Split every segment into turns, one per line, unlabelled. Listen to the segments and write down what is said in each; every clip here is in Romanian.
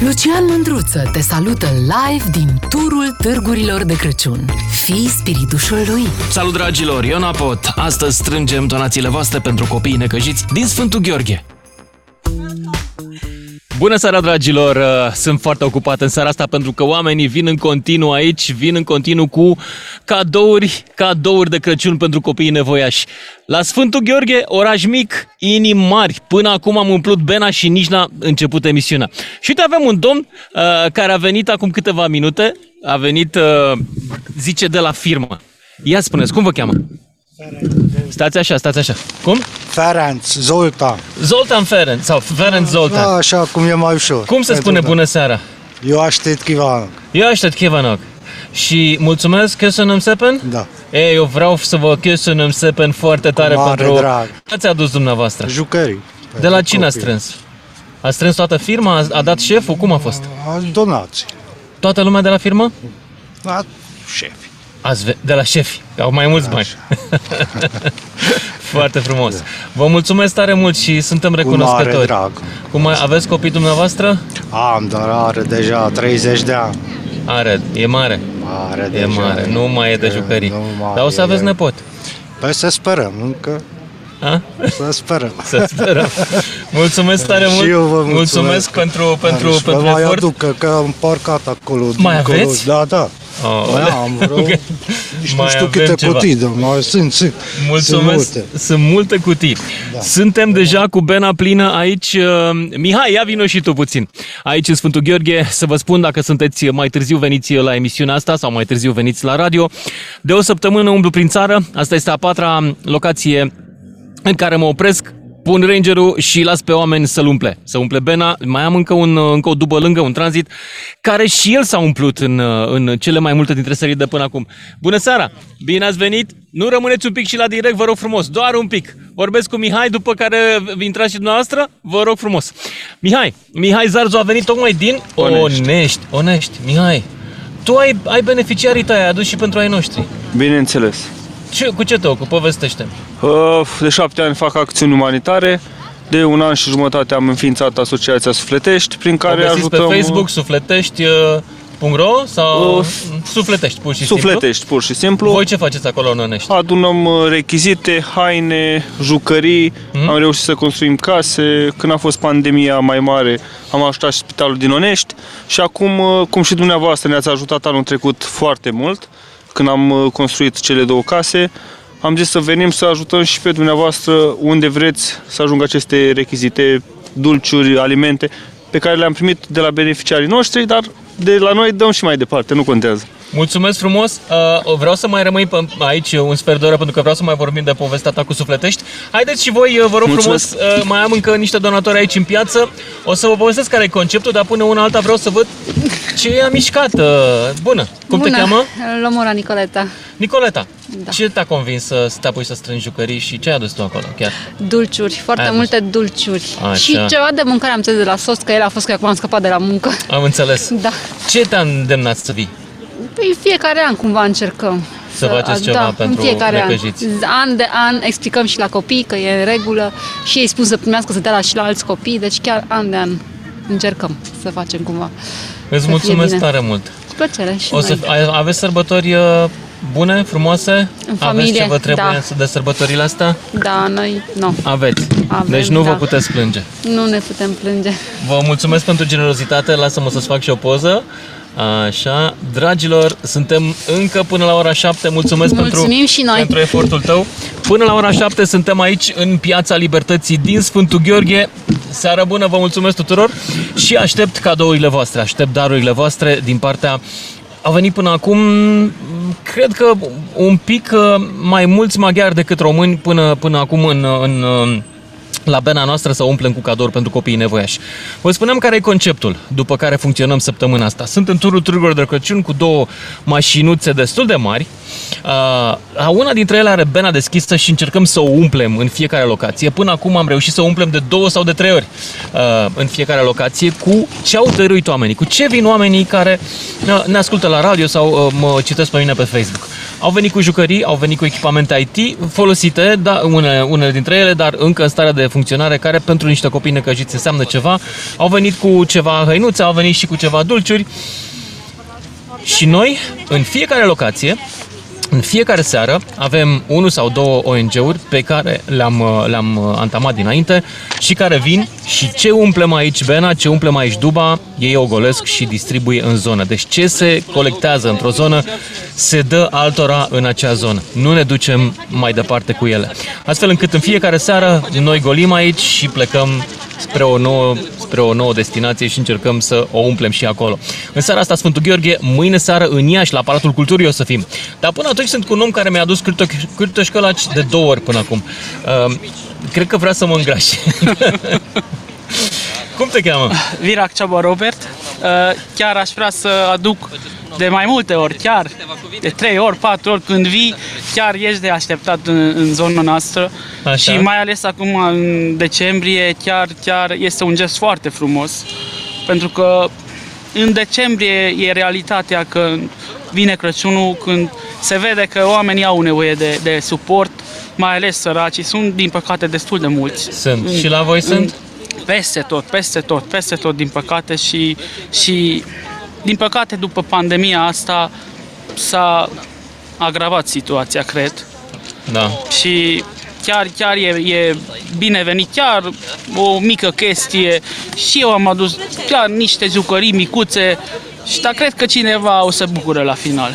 Lucian Mândruță te salută live din turul târgurilor de Crăciun. Fii spiritușul lui!
Salut dragilor, eu Napot! Astăzi strângem donațiile voastre pentru copiii necăjiți din Sfântul Gheorghe. Bună seara, dragilor! Uh, Sunt foarte ocupat în seara asta pentru că oamenii vin în continuu aici, vin în continuu cu cadouri, cadouri de Crăciun pentru copiii nevoiași. La Sfântul Gheorghe, oraș mic, inimi mari. Până acum am umplut Bena și nici n-a început emisiunea. Și uite, avem un domn uh, care a venit acum câteva minute, a venit, uh, zice, de la firmă. Ia spuneți, cum vă cheamă? Stați așa, stați așa. Cum?
Ferenc, Zoltán.
Zoltan Ferenc sau Ferenc Zoltan.
Na, Așa cum e mai ușor.
Cum se
Pentru
spune
că-
bună seara?
Eu aștept kívánok.
Eu aștept Kivanok. Și mulțumesc, köszönöm szépen.
Da.
E, eu vreau să vă köszönöm szépen foarte tare
mare
pentru...
drag.
Ați adus dumneavoastră.
Jucării.
De la cine a
Copii.
strâns? A strâns toată firma? A, a dat șeful? Cum a fost?
A, Donații.
Toată lumea de la firmă?
La șefi.
Ați ve- de la șefi. Au mai mulți bani. foarte frumos. Vă mulțumesc tare mult și suntem
Cu mare
recunoscători.
drag.
Cum a- aveți copii dumneavoastră?
Am, dar are deja 30 de ani.
Are, e mare.
Are
E
deja.
mare, nu mai e de jucării.
Nu mai
Dar o să
e.
aveți nepot.
Păi să sperăm, încă
A?
să sperăm.
Să sperăm. Mulțumesc tare mult.
Și eu vă mulțumesc.
pentru, pentru,
Dar și
pentru
vă mai
efort.
aduc, că, că am parcat acolo.
Mai
dincolo.
aveți?
Da, da.
Oh,
Mai am vreo...
ok.
Nici nu
Mai
știu
avem
câte
ceva.
cutii, dar mai sunt, sunt. Sunt
Mulțumesc.
multe.
Sunt multe cutii. Da. Suntem deja cu bena plină aici. Uh, Mihai, ia vino și tu puțin. Aici în Sfântul Gheorghe, să vă spun dacă sunteți mai târziu veniți la emisiunea asta sau mai târziu veniți la radio. De o săptămână umblu prin țară. Asta este a patra locație în care mă opresc. Pun rangerul și las pe oameni să-l umple. Să umple Bena. Mai am încă, un, încă o dubă lângă, un tranzit, care și el s-a umplut în, în cele mai multe dintre sării de până acum. Bună seara! Bine ați venit! Nu rămâneți un pic și la direct, vă rog frumos. Doar un pic. Vorbesc cu Mihai, după care intrați și dumneavoastră. Vă rog frumos. Mihai, Mihai Zarzu a venit tocmai din
Onești.
Onești. Onești, Mihai. Tu ai, ai beneficiarii tăi, ai adus și pentru ai noștri.
Bineînțeles.
Ce, cu ce te ocupi? Povestește-mi.
Uh, De șapte ani fac acțiuni umanitare. De un an și jumătate am înființat Asociația Sufletești, prin care
o găsiți
ajutăm...
pe Facebook, sufletești.ro sau
Uh,
sufletești, pur și simplu.
Sufletești, pur și simplu.
Voi ce faceți acolo în Onești?
Adunăm uh, rechizite, haine, jucării,
Hmm?
am reușit să construim case. Când a fost pandemia mai mare, am ajutat și spitalul din Onești și acum, uh, cum și dumneavoastră ne-ați ajutat anul trecut foarte mult, când am uh, construit cele două case, am zis să venim să ajutăm și pe dumneavoastră unde vreți să ajungă aceste rechizite, dulciuri, alimente, pe care le-am primit de la beneficiarii noștri, dar de la noi dăm și mai departe, nu contează.
Mulțumesc frumos! Uh, vreau să mai rămâi pe, aici un sfert de oră pentru că vreau să mai vorbim de povestea ta cu sufletești. Haideți și voi, uh, vă rog
Mulțumesc.
frumos, uh, mai am încă niște donatori aici în piață. O să vă povestesc care e conceptul, dar până una alta vreau să văd ce e mișcat. Uh, bună! Cum
Bună.
te cheamă?
Lomora Nicoleta.
Nicoleta.
Da.
Ce te-a convins să să te apuci să strângi jucării și ce ai adus tu acolo chiar?
Dulciuri, foarte
Ai adus.
multe dulciuri.
Așa.
Și ceva de mâncare am înțeles de la sos, că el a fost că acum am scăpat de la muncă.
Am înțeles.
Da.
Ce te-a îndemnat să vii?
Păi fiecare an cumva încercăm.
Să faceți ceva
da,
pentru
în fiecare an.
necăjiți.
an de an explicăm și la copii că e în regulă și ei spun să primească să dea la și la alți copii, deci chiar an de an încercăm să facem cumva.
Îți
fie
mulțumesc
bine.
tare mult.
Cu plăcere și
O să,
noi.
a- aveți sărbători uh, bune, frumoase? aveți
familie,
ce vă trebuie
da.
de sărbătorile astea?
Da, noi nu,
Aveți.
Avem,
deci nu vă
da.
puteți plânge.
nu ne putem plânge.
Vă mulțumesc pentru generozitate, lasă-mă să-ți fac și o poză. Așa, dragilor, suntem încă până la ora 7, mulțumesc pentru,
Mulțumim și noi.
pentru efortul tău. Până la ora 7 suntem aici în Piața Libertății din Sfântul Gheorghe. Seară bună, vă mulțumesc tuturor și aștept cadourile voastre, aștept darurile voastre din partea au venit până acum, cred că un pic uh, mai mulți maghiari decât români până, până acum în, în, uh, la bena noastră să umplem cu cadouri pentru copiii nevoiași. Vă spuneam care e conceptul după care funcționăm săptămâna asta. Sunt în turul târgurilor de Crăciun cu două mașinuțe destul de mari. Uh, una dintre ele are bena deschisă și încercăm să o umplem în fiecare locație. Până acum am reușit să o umplem de două sau de trei ori uh, în fiecare locație cu ce au dăruit oamenii, cu ce vin oamenii care uh, ne ascultă la radio sau uh, mă citesc pe mine pe Facebook. Au venit cu jucării, au venit cu echipamente IT folosite, da, une, unele dintre ele, dar încă în stare de funcționare, care pentru niște copii necăjiți înseamnă ceva. Au venit cu ceva hăinuțe, au venit și cu ceva dulciuri. Și noi, în fiecare locație, în fiecare seară avem unul sau două ONG-uri pe care le-am, uh, le-am uh, antamat dinainte și care vin și ce umplem aici Bena, ce umplem aici Duba, ei o golesc și distribuie în zonă. Deci ce se colectează într-o zonă se dă altora în acea zonă. Nu ne ducem mai departe cu ele. Astfel încât în fiecare seară noi golim aici și plecăm spre o nouă, spre o nouă destinație și încercăm să o umplem și acolo. În seara asta Sfântul Gheorghe, mâine seară în Iași, la Palatul Culturii o să fim. Dar până atunci sunt cu un om care mi-a adus cârtoș- cârtoșcălaci de două ori până acum. Uh, cred că vrea să mă îngrașe. Cum te cheamă?
Virac Ceaba Robert. Uh, Chiar aș vrea să aduc de mai multe ori, chiar de 3 ori, 4 ori, când vii, chiar ești de așteptat în, în zona noastră.
Așa.
Și mai ales acum, în decembrie, chiar, chiar este un gest foarte frumos. Pentru că în decembrie e realitatea că vine Crăciunul, când se vede că oamenii au nevoie de, de suport, mai ales săracii, sunt din păcate destul de mulți.
Sunt. Și la voi sunt?
Mm. Peste tot, peste tot, peste tot, din păcate și, și din păcate după pandemia asta s-a agravat situația, cred.
Da.
Și chiar, chiar e, e binevenit, chiar o mică chestie și eu am adus chiar niște jucării micuțe și dar cred că cineva o să bucură la final.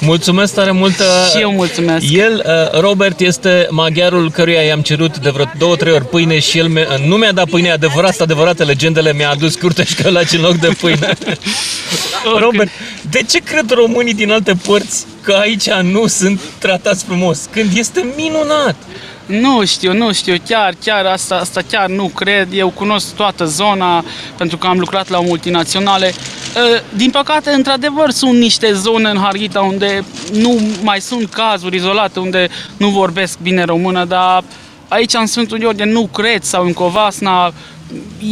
Mulțumesc tare mult. uh,
Și eu mulțumesc.
El, uh, Robert, este maghiarul căruia i-am cerut de vreo două, trei ori pâine și el mi- nu mi-a dat pâine adevărat, sunt adevărate legendele, mi-a adus curte și călaci în loc de pâine. Robert, de ce cred românii din alte părți că aici nu sunt tratați frumos? Când este minunat!
Nu știu, nu știu, chiar, chiar asta, asta chiar nu cred. Eu cunosc toată zona pentru că am lucrat la multinaționale. Uh, Din păcate, într-adevăr, sunt niște zone în Harghita unde nu mai sunt cazuri izolate, unde nu vorbesc bine română, dar aici în Sfântul Gheorghe nu cred sau în Covasna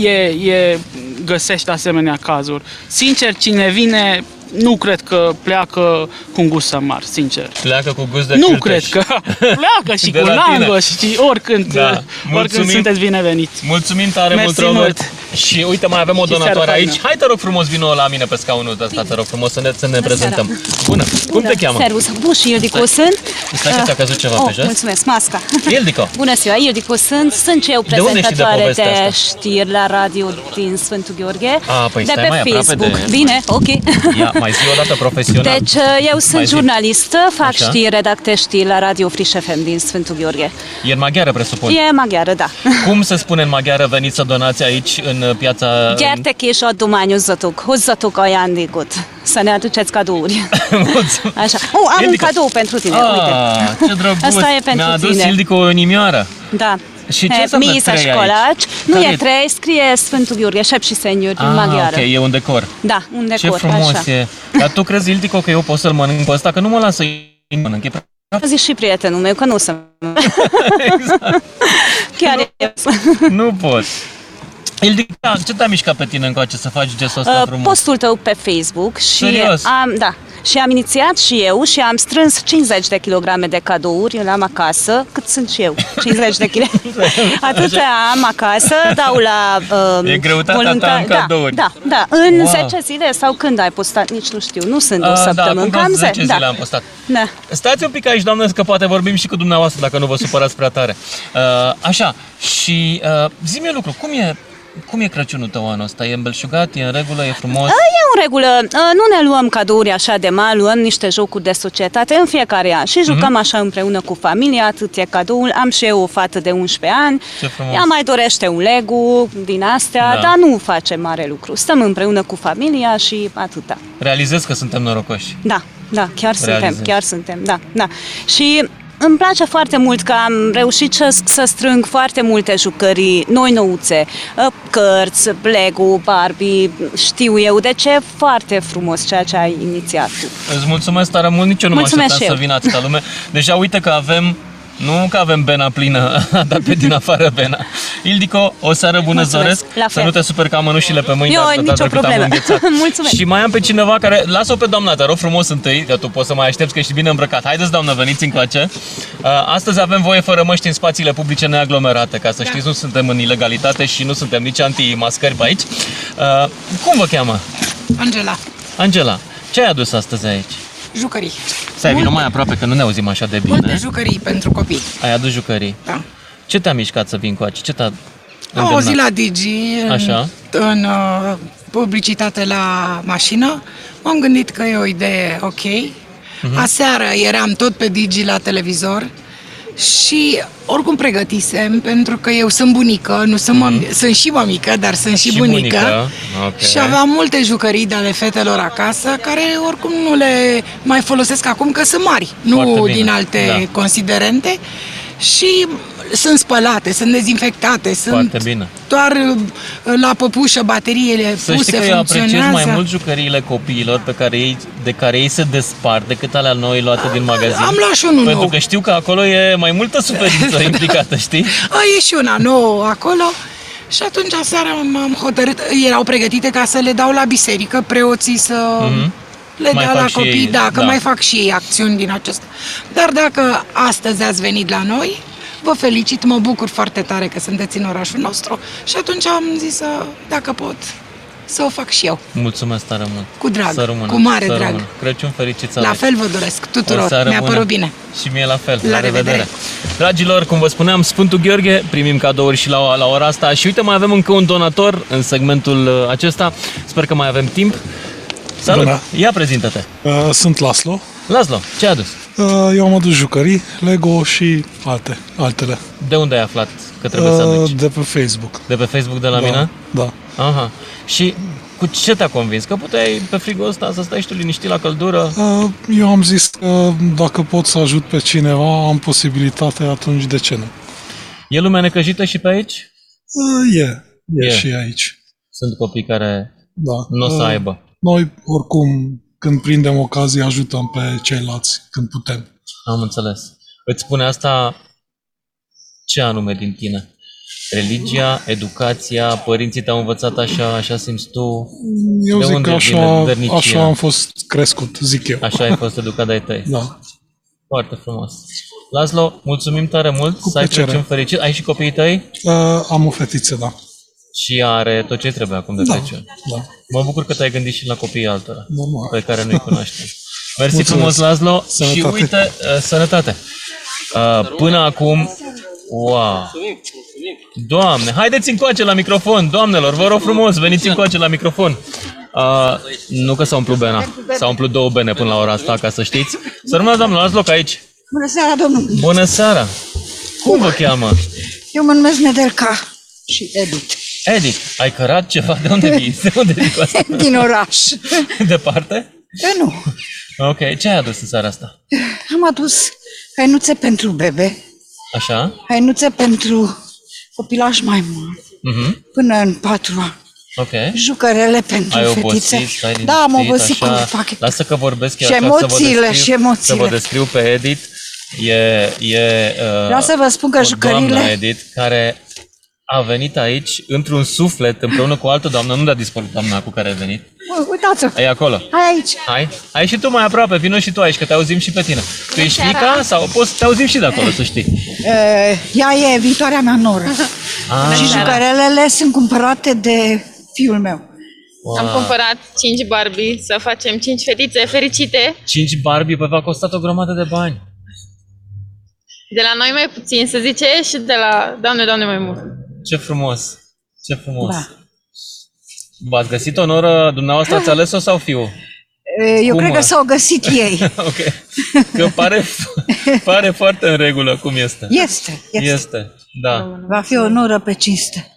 e, e, găsești asemenea cazuri. Sincer, cine vine, nu cred că pleacă cu un gust amar, sincer.
Pleacă cu gust de
Nu
cârteș.
cred că pleacă și
De
cu
la tine.
langă și oricând,
Da. Mulțumim.
oricând sunteți binevenit.
Mulțumim tare
Mersi
mult, Robert.
mult. da.
Și uite, mai avem o
Și seară
donatoare
faină.
aici. Hai, te rog frumos, vină la mine pe scaunul ăsta, te rog frumos să ne, să ne prezentăm. Bună! Cum
Bună,
te cheamă?
Servus, Buș, Ildicu sunt.
Stai că ți-a căzut ceva
oh,
pe jos.
Mulțumesc, masca.
Ildico.
Bună ziua, Ildicu sunt. Sunt eu
De unde știi de
prezentatoare de,
povestea asta?
știri la radio din Sfântul Gheorghe.
Ah, păi
de
stai
pe
mai aproape
Facebook.
de-
Bine, ok.
Ia, mai zi o dată profesional.
Deci eu sunt
zi.
jurnalistă, fac
Așa.
știri, redactez știri la Radio Friș FM din Sfântul Gheorghe.
E în maghiară, presupun.
E maghiară, da.
Cum se spune în maghiară, veniți să donați aici, în uh, piața...
Gyertek és adományozzatok, hozzatok ajándékot, să ne aduceți cadouri.
Mulțumesc.
Așa. Oh, am un
Ildico.
cadou pentru tine, uite.
Ah, ce drăguț!
Asta e pentru
Mi-a adus
tine.
Ildico o inimioară.
Da.
Și ce
E,
înseamnă
Miza
trei aici?
Școlaci. Nu
Care e?
e trei, scrie Sfântul Gheorghe, Șepși Senior, ah,
Ah,
maghiară.
ok, e un decor.
Da, un decor,
ce frumos
așa.
e. Dar tu crezi, Ildico, că eu pot să-l mănânc pe ăsta? Că nu mă lasă mănânc. E prea...
Azi și prietenul meu, că nu sunt.
Exact.
Chiar e.
nu pot. Ildico, da, ce te-a mișcat pe tine încoace să faci gestul ăsta
Uh,
frumos?
postul tău pe Facebook și
Serios?
am, da, și am inițiat și eu și am strâns 50 de kilograme de cadouri, eu le am acasă, cât sunt și eu, 50 de kg. Atâtea am acasă, dau la um,
E greutatea ta în
da,
cadouri.
Da, da, în
Wow.
wow. 10 zile sau când ai postat, nici nu știu, nu sunt o
Ah, da,
săptămână,
acum vreo
cam
10
10,
zile
da.
am postat.
da.
Stați un pic aici, doamnă, că poate vorbim și cu dumneavoastră, dacă nu vă supărați prea tare. Uh, așa, și uh, zi-mi un lucru, cum e, cum e Crăciunul tău anul ăsta? E îmbelșugat, e în regulă, e frumos?
Ă, E în regulă, uh, nu ne luăm cadouri așa de mari, luăm niște jocuri de societate în fiecare an
Mhm.
și jucăm așa împreună cu familia, atât e cadoul. Am și eu o fată de 11 ani,
Ce frumos.
ea mai dorește un Lego din astea,
Da.
dar nu facem mare lucru. Stăm împreună cu familia și atâta.
Realizez că suntem norocoși.
Da, da, chiar
Realizez.
suntem, chiar suntem, da, da. Și îmi place foarte mult că am reușit să, să strâng foarte multe jucării, noi nouțe, Ă, cărți, Lego, Barbie, știu eu, deci e foarte frumos ceea ce ai inițiat tu.
Îți mulțumesc tare mult, nici eu nu mă
Mulțumesc
așteptam să
și eu.
vină atâta lume. Deja uite că avem Nu că avem bena plină, a dat pe din afară bena. Ildico, o seară bună îți
Mulțumesc.
doresc.
La
Să
fel.
nu te super că am mănușile pe mâini.
Eu,
dar data
nicio
trecută am
problemă.
înghețat.
Mulțumesc.
Și mai am pe cineva care... Lasă-o pe doamna, te rog frumos întâi, că tu poți să mai aștepți că ești bine îmbrăcat. Haideți, doamnă, veniți încoace. Uh, Astăzi avem voie fără măști în spațiile publice neaglomerate. Ca să
Da.
știți, nu suntem în ilegalitate și nu suntem nici anti-mascări pe aici. Uh, Cum vă cheamă?
Angela,
Angela, ce ai adus astăzi aici?
jucării.
Stai, vină mai aproape că nu ne auzim așa de
Multe
bine.
jucării pentru copii.
Ai adus jucării.
Da.
Ce te-a mișcat să vin cu aici? Ce te-a
Am auzit
îndemnat?
la Digi, în,
Așa.
în uh, publicitate la mașină. M-am gândit că e o idee ok. Aseară eram tot pe Digi la televizor și oricum pregătisem, pentru că eu sunt bunică, nu sunt, mami, sunt și mamică, dar sunt și,
Și
bunică.
bunică, ok.
Și aveam multe jucării de ale fetelor acasă, care oricum nu le mai folosesc acum, că sunt mari,
Foarte
nu
bine,
din alte
da.
considerente și sunt spălate, sunt dezinfectate, sunt
Foarte bine.
doar uh, la păpușă bateriile
Să știi
puse,
că eu apreciez
funcționează.
mai mult jucăriile copiilor pe care ei, de care ei se despart decât alea noi luate din magazin.
am luat și unul
Pentru
nou.
că știu că acolo e mai multă suferință implicată, știi?
A, e și una nouă acolo. Și atunci seara m-am hotărât, erau pregătite ca să le dau la biserică, preoții să le
Mhm. Mai
dea
fac
la
și
copii,
ei,
da, că
da.
mai fac și ei acțiuni din acesta. Dar dacă astăzi ați venit la noi, vă felicit, mă bucur foarte tare că sunteți în orașul nostru și atunci am zis să, dacă pot, să o fac și eu,
Mulțumesc tare mult.
Cu drag,
Să rămână,
cu mare
să
drag.
Rămână. Crăciun fericit să
la
aveți.
fel vă doresc
O
tuturor,
seară
mi-a
bună.
părut bine.
Și mie la fel.
La revedere.
Dragilor, cum vă spuneam, Sfântul Gheorghe, primim cadouri și la, la ora asta. Și uite, mai avem încă un donator în segmentul uh, acesta. Sper că mai avem timp. Salut!
Bună.
Ia prezintă-te!
Uh, Sunt Laslo.
Laszlo, ce ai adus?
Uh, Eu am adus jucării, Lego și alte, altele.
De unde ai aflat că trebuie să
Uh,
aduci?
De pe Facebook.
De pe Facebook de la
da,
mine?
Da.
Aha. Și cu ce te-a convins? Că puteai pe frigul ăsta să stai și tu liniștit la căldură?
Uh, Eu am zis că dacă pot să ajut pe cineva, am posibilitate, atunci de ce nu?
E lumea necăjită și pe aici?
Uh, E, e
E.
și aici.
Sunt copii care
Da.
nu o să
Uh,
aibă.
Noi, oricum, când prindem ocazie, ajutăm pe ceilalți când putem.
Am înțeles. Îți spune asta ce anume din tine? Religia, educația, părinții te-au învățat așa, așa simți tu,
Eu
De
zic
unde
că
vine
așa,
vârnicia?
așa am fost crescut, zic eu.
așa ai fost educat de ai tăi.
Da.
Foarte frumos. Laszlo, mulțumim tare mult, să ai
plăcere.
Crăciun fericit. Ai și copiii tăi?
Uh, Am o fetiță, da.
Și are tot ce trebuie acum de
Da,
Crăciun.
da.
Mă bucur că te-ai gândit și la copiii altora,
Normal.
pe care nu-i cunoaștem. Mersi
Mulțumesc.
frumos, Laszlo, și
Sănătate.
uite, uh, sănătate. Uh, Până acum, wow! Doamne, haideți încoace la microfon, doamnelor, vă rog frumos, veniți încoace la microfon. Uh, nu că s-a umplut bena, s-a umplut două bene până la ora asta, ca să știți. Să rămâneți, doamnă, las loc aici.
Bună seara, domnul!
Bună seara! Cum vă cheamă?
Eu mă numesc Nedelca și Edith,
Edith, ai cărat ceva? De unde vii? De unde vii cu asta?
din oraș.
Departe?
E, nu,
Ok, ce ai adus în seara asta?
am adus hainuțe pentru bebe,
Așa?
hainuțe pentru copilaș mai mult,
Mhm.
până în patru ani.
Ok.
Jucărele pentru
Ai
fetițe.
obosit, stai liniștit,
da, am obosit
așa.
cu pachet.
Lasă că vorbesc eu
Și
așa, să
emoțiile,
vă descriu,
și emoțiile.
Să vă descriu pe Edith. E, e, uh,
Vreau să vă spun că
o Doamna
jucările...
Edith, care a venit aici într-un suflet împreună cu o altă doamnă. Nu a dispărut doamna cu care ai venit.
Mă, Uitați-o,
Ai acolo.
hai aici.
Hai, hai și tu mai aproape, vino și tu aici, că te auzim și pe tine. Tu ești mica sau poți să te auzim și de acolo, să știi.
E, Eh, Ea e viitoarea mea noră.
Ah,
Și jucărelele sunt cumpărate de fiul meu.
Am
Ah.
cumpărat 5 Barbie să facem 5 fetițe fericite.
5 Barbie, păi v-a costat o grămadă de bani.
De la noi mai puțin, să zice, și de la doamne, doamne mai mult.
Ce frumos, ce frumos.
Da.
V-ați găsit o noră, dumneavoastră ați ales-o sau fiul?
E, Eh, Eu
Cum,
cred
mă?
că s-au găsit ei.
Ok. Că pare, pare foarte în regulă cum este.
Este, este.
Este, da.
Va fi o noră pe cinste.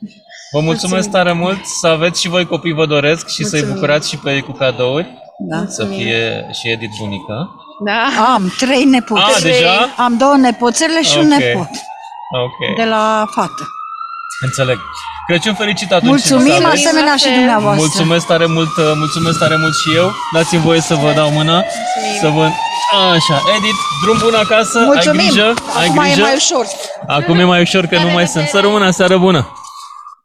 Vă mulțumesc tare mult, să aveți și voi copii vă doresc și să-i bucurați și pe ei cu cadouri.
Da.
Să fie și Edith bunica.
Da.
Am trei nepoți.
A, Ah, deja?
Am două nepoțele și un
Ok.
nepot
Ok.
de la fată.
Înțeleg. Crăciun fericit atunci.
Mulțumim
Sara.
asemenea și dumneavoastră.
Mulțumesc tare mult, uh, mulțumesc tare mult și eu. Dați-mi voie să vă dau mâna, să vă Așa, Edith, drum bun acasă,
Mulțumim!
ai grijă, ai
Acum
grijă.
e mai ușor.
Acum e mai ușor că nu mai sunt. Să rămână, seară bună!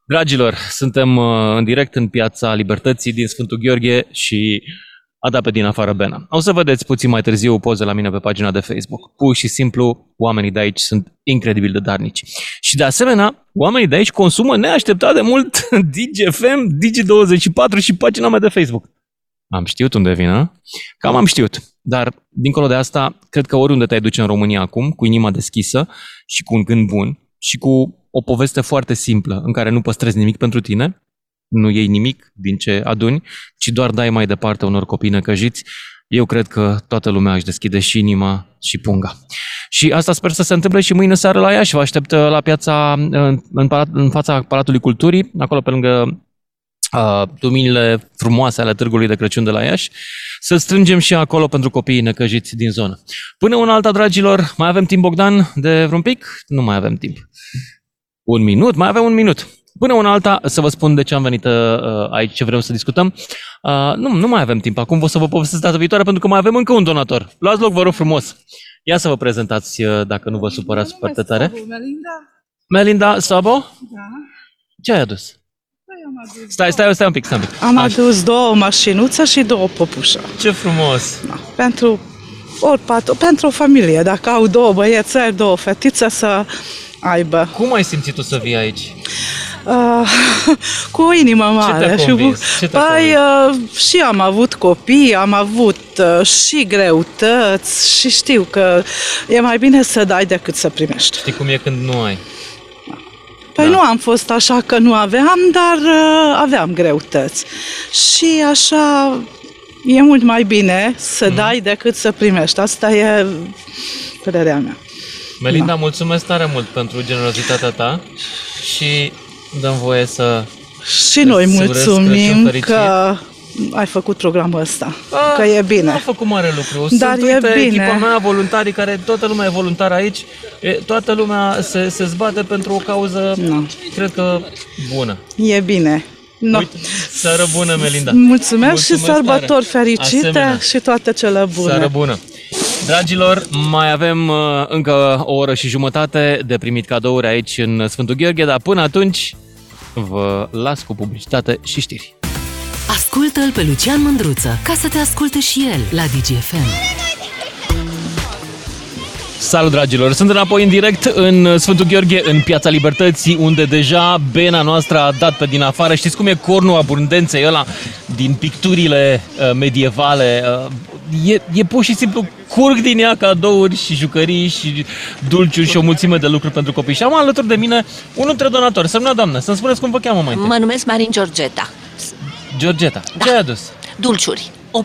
Dragilor, suntem uh, în direct în Piața Libertății din Sfântul Gheorghe și a dat pe din afară Bena. O să vedeți puțin mai târziu poze la mine pe pagina de Facebook. Pur și simplu, oamenii de aici sunt incredibil de darnici. Și de asemenea, oamenii de aici consumă neașteptat de mult DGFM, Digi24 și pagina mea de Facebook. Am știut unde vin, a? Cam am știut. Dar, dincolo de asta, cred că oriunde te-ai duce în România acum, cu inima deschisă și cu un gând bun și cu o poveste foarte simplă, în care nu păstrezi nimic pentru tine, nu iei nimic din ce aduni, ci doar dai mai departe unor copii năcăjiți, eu cred că toată lumea își deschide și inima și punga. Și asta sper să se întâmple și mâine seară la Iași. Vă aștept uh, la piața, uh, în, palat, în fața Palatului Culturii, acolo pe lângă uh, luminile frumoase ale Târgului de Crăciun de la Iași, să strângem și acolo pentru copiii necăjiți din zonă. Până una alta, dragilor, mai avem timp, Bogdan, de vreun pic? Nu mai avem timp. Un minut? Mai avem un minut. Până una alta, să vă spun de ce am venit uh, aici, ce vrem să discutăm. Uh, nu, nu mai avem timp. Acum o să vă povestesc data viitoare, pentru că mai avem încă un donator. Luați loc, vă rog frumos. Ia să vă prezentați, uh, dacă nu vă supărați foarte tare.
Melinda?
Melinda Sabo,
Da.
ce ai adus?
Păi am adus.
Stai, stai, stai un pic, stai un pic.
Am adus două mașinuțe și două păpușă. Da,
Ce frumos!
Pentru, ori patru, pentru o familie, dacă au două băiețeli, două fetițe, să aibă.
Cum ai simțit tu să vii aici?
Uh, cu o inimă mare.
te-a
și
convins? Ce te-a
păi, uh, și am avut copii, am avut uh, și greutăți și știu că e mai bine să dai decât să primești.
Știi cum e când nu ai? Da.
Păi nu am fost așa că nu aveam, dar uh, aveam greutăți. Și așa e mult mai bine să
Mhm.
mm. dai decât să primești. Asta e părerea mea.
Melinda, da. mulțumesc tare mult pentru generozitatea ta și dăm voie să...
Și noi
îți urez Crăciun
mulțumim
fericit.
că ai făcut programul ăsta, că e
Nu a
bine.
făcut mare lucru.
Dar
Sunt,
e
uite,
bine.
echipa mea, voluntarii, care toată lumea e voluntară aici, e, toată lumea se, se zbate pentru o cauză, cred că, bună.
E bine. No.
Uite, seară bună, Melinda!
Mulțumesc, și
tare.
sărbători fericite
Asemenea.
și toate cele bune.
Seară bună! Dragilor, mai avem uh, încă o oră și jumătate de primit cadouri aici în Sfântul Gheorghe, dar până atunci vă las cu publicitate și știri.
Ascultă-l pe Lucian Mândruță ca să te asculte și el la DGFM.
Salut, dragilor! Sunt înapoi în direct în Sfântul Gheorghe, în Piața Libertății, unde deja bena noastră a dat pe din afară. Știți cum e cornul abundenței ăla din picturile uh, medievale? Uh, e, e pur și simplu curg din ea cadouri și jucării și dulciuri și o mulțime de lucruri pentru copii. Și am alături de mine unul dintre donatori. Sămna, doamnă, să-mi spuneți cum vă cheamă mai întâi.
Mă numesc Marin Georgeta.
Georgeta, ce ai adus?
Mm. Da. Dulciuri. O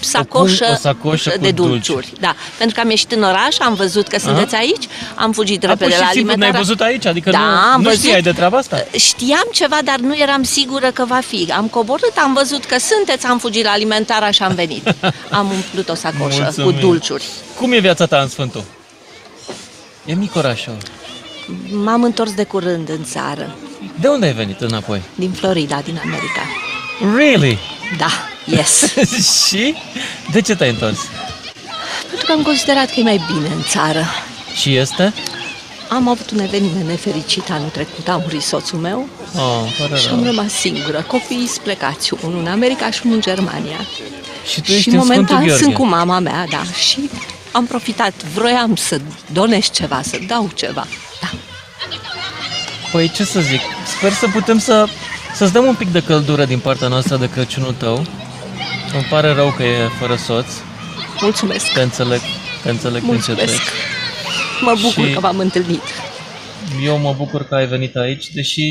sacoșă,
o sacoșă cu
de
dulciuri.
dulciuri. Da, pentru că am ieșit în oraș, am văzut că sunteți aici, am fugit
A, pur
repede
și
la
simplu ne-ai
alimentare.
văzut aici, adică
Da, am
nu, nu
văzut.
știai de treaba asta?
Știam ceva, dar nu eram sigură că va fi. Am coborât, am văzut că sunteți, am fugit la alimentarea și am venit. Am umplut o sacoșă
Mulțumim.
cu dulciuri.
Cum e viața ta în Sfântul? E mic orașul.
M-am întors de curând în țară,
De unde ai venit înapoi?
din Florida, din America.
Really?
Da, yes.
și? De ce te-ai întors?
Pentru că am considerat că e mai bine în țară.
Și este?
Am avut un eveniment nefericit anul trecut, a murit soțul meu
Oh, pare
și
rău.
am rămas singură. Copiii sunt plecați, unul în America și unul în Germania.
Și tu
și
ești în
momentan
Sfântul
sunt
Gheorghe.
cu mama mea, da, și am profitat. Vroiam să donez ceva, să dau ceva.
Păi ce să zic, sper să putem să, să-ți dăm un pic de căldură din partea noastră de Crăciunul tău. Îmi pare rău că e fără soț.
Mulțumesc.
Te înțeleg, te înțeleg prin ce
Mulțumesc.
treci.
Mă bucur
Și-
că v-am întâlnit.
Eu mă bucur că ai venit aici, deși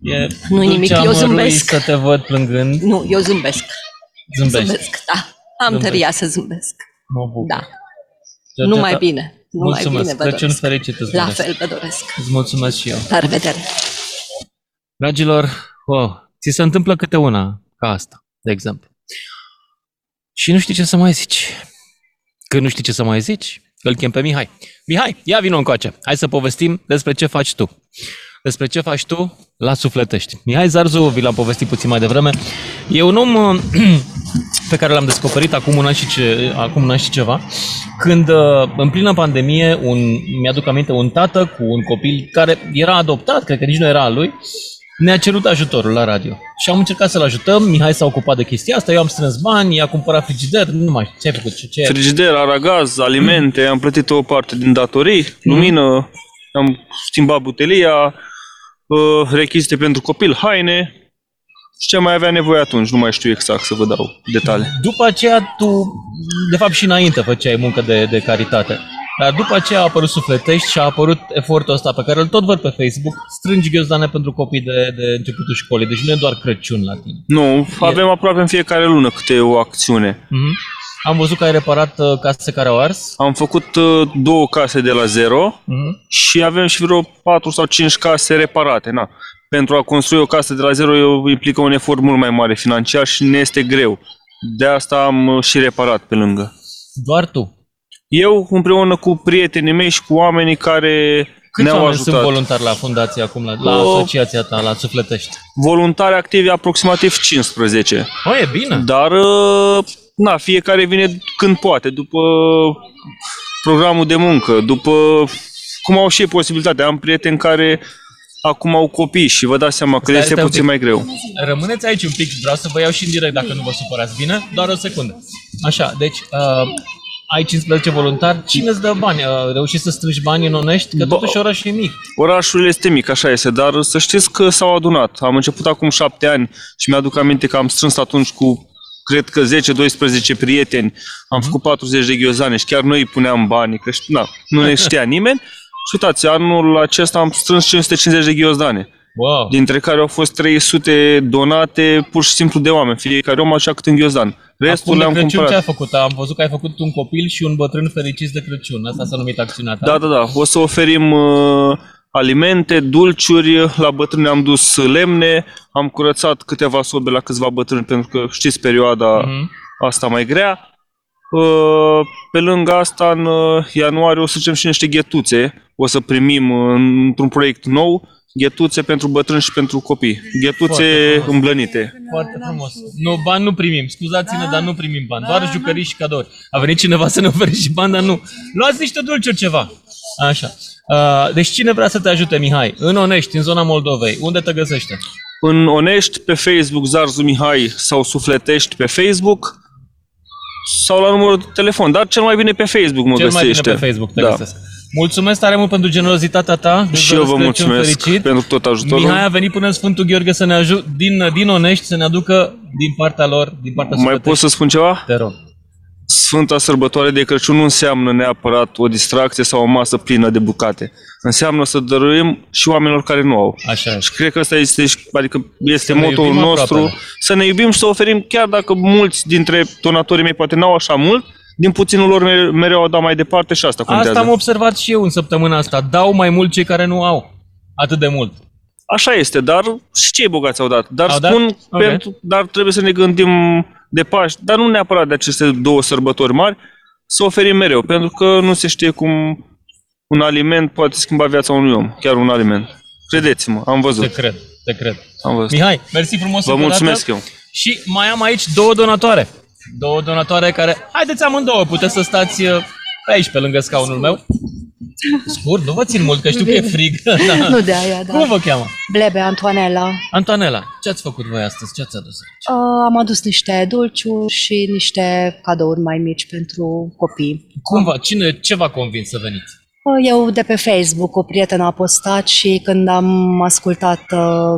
e
Nu-i
dulce
nimic, eu
amărui
zâmbesc.
să te văd plângând.
Nu, eu zâmbesc.
Zâmbești.
Zâmbesc, da. Am
Zâmbești.
tăria să zâmbesc.
Mă bucur.
Da. Numai bine. Numai
mulțumesc.
bine vă
Crăciun
doresc.
fericit îți
La
doresc.
fel vă doresc.
Îți mulțumesc și eu.
La revedere.
Dragilor, wow, ți se întâmplă câte una ca asta, de exemplu. Și nu știi ce să mai zici. Că nu știi ce să mai zici, îl chem pe Mihai. Mihai, ia vino încoace. Hai să povestim despre ce faci tu. Despre ce faci tu la sufletești. Mihai Zarzu, vi l-am povestit puțin mai devreme, e un om uh, pe care l-am descoperit acum un an și, ce, acum un an și ceva, când uh, în plină pandemie, un, mi-aduc aminte, un tată cu un copil care era adoptat, cred că nici nu era al lui, ne-a cerut ajutorul la radio. Și am încercat să-l ajutăm, Mihai s-a ocupat de chestia asta, eu am strâns bani, i-a cumpărat frigider, nu mai știu ce ai făcut, ce, ce ai-
Frigider, aragaz, alimente, am plătit o parte din datorii,
Mm-hmm.
lumină, am schimbat butelia, uh, rechizite pentru copil, haine și ce mai avea nevoie atunci, nu mai știu exact să vă dau detalii.
După aceea tu, de fapt și înainte făceai muncă de, de caritate. Dar după aceea a apărut Sufletești și a apărut efortul ăsta pe care îl tot văd pe Facebook, strângi ghiozdane pentru copii de, de începutul școlii, deci nu e doar Crăciun la tine.
Nu, avem aproape în fiecare lună câte o acțiune.
Mhm. Am văzut că ai reparat uh, case care au ars.
Am făcut uh, două case de la zero
Mhm.
și avem și vreo 4 sau 5 case reparate. Na. Pentru a construi o casă de la zero eu- implică un efort mult mai mare financiar și ne este greu. De asta am uh, și reparat pe lângă.
Doar tu.
Eu împreună cu prietenii mei și cu oamenii care
Câți
ne-au
oameni sunt
ajutat. Oh.
voluntari la fundație acum, la, la
O-
asociația ta, la Sufletești?
Voluntari activi aproximativ 15.
O, e bine.
Dar, uh, na, fiecare vine când poate, după programul de muncă, după cum au și ei posibilitatea. Am prieteni care acum au copii și vă dați seama că
Stai,
le este
stai un
puțin
pic.
mai greu.
Rămâneți aici un pic, vreau să vă iau și în direct dacă nu vă supărați, bine? Doar o secundă. Așa, deci uh, ai 15 voluntari, cine îți dă bani? Uh, reușiți să strângi bani în Onești? Că totuși orașul e mic.
Orașul este mic, așa este, dar să știți că s-au adunat. Am început acum șapte ani și mi-aduc aminte că am strâns atunci cu cred că 10-12 prieteni, am făcut
Mhm.
40 de ghiozane și chiar noi îi puneam banii, că ști- na, nu ne știa nimeni. Și uitați, anul acesta am strâns 550 de ghiozane,
wow.
dintre care au fost 300 donate pur și simplu de oameni, fiecare om așa cât în ghiozdan. Restul
Acum de
le-am
Crăciun ce ai
cumpărat.
făcut? Am văzut că ai făcut un copil și un bătrân fericit de Crăciun. Asta s-a numit acțiunea ta.
Da, da, da. O să oferim uh, alimente, dulciuri, la bătrâni am dus lemne, am curățat câteva sobe la câțiva bătrâni, pentru că știți perioada
Mhm.
asta mai grea. Uh, Pe lângă asta, în uh, ianuarie o să zicem și niște ghetuțe. O să primim uh, într-un proiect nou ghetuțe pentru bătrâni și pentru copii.
Foarte
Ghetuțe
frumos.
îmblănite.
Foarte frumos. Nu, bani nu primim. Scuzați-ne, dar nu primim bani. Doar jucării și cadouri. A venit cineva să ne ofere și bani, dar nu. Luați niște dulciuri ceva. Așa. Uh, deci cine vrea să te ajute, Mihai? În Onești, în zona Moldovei. Unde te găsește?
În Onești, pe Facebook, Zarzu Mihai sau Sufletești pe Facebook sau la numărul de telefon, dar cel mai bine pe Facebook mă
Cel mai
găsește.
bine
Da.
pe Facebook te găsesc. Mulțumesc tare mult pentru generozitatea ta. Îți
Și eu
doresc
vă
Crăciun
mulțumesc
fericit.
pentru tot ajutorul.
Mihai a venit până în Sfântul Gheorghe să ne ajute din, din Onești, să ne aducă din partea lor, din partea
Mai
Sufletești.
pot să spun ceva?
Te rog.
Sfânta sărbătoare de Crăciun nu înseamnă neapărat o distracție sau o masă plină de bucate. Înseamnă să dăruim și oamenilor care nu au.
Așa
și cred că asta este, și- adică este
ne
motul
iubim
nostru.
aproapele.
Să ne iubim și să oferim, chiar dacă mulți dintre donatorii mei poate n-au așa mult, din puținul lor mere- mereu au dat mai departe și asta contează.
Asta am observat și eu în săptămâna asta. Dau mai mult cei care nu au atât de mult.
Așa este, dar și cei bogați au dat. Dar
Au dat?
spun,
Ok.
pentru, dar trebuie să ne gândim de Paști, dar nu neapărat de aceste două sărbători mari, să oferim mereu, pentru că nu se știe cum un aliment poate schimba viața unui om, chiar un aliment. Credeți-mă, am văzut.
Te cred, te cred.
Am văzut.
Mihai, mersi frumos
Vă
încă o
mulțumesc
dată.
eu.
Și mai am aici două donatoare. Două donatoare care, haideți amândouă, puteți să stați uh, pe aici, pe lângă scaunul meu. Scurt, nu vă țin mult, că știu că e frig. Da.
Nu de aia, da.
Cum vă cheamă?
Blebe, Antoanela.
Antoanela, ce ați făcut voi astăzi? Ce ați adus?
Uh, am adus niște dulciuri și niște cadouri mai mici pentru copii.
Cum v-a, cine, ce v-a convins să veniți?
Uh, eu de pe Facebook, o prietenă a postat și când am ascultat uh,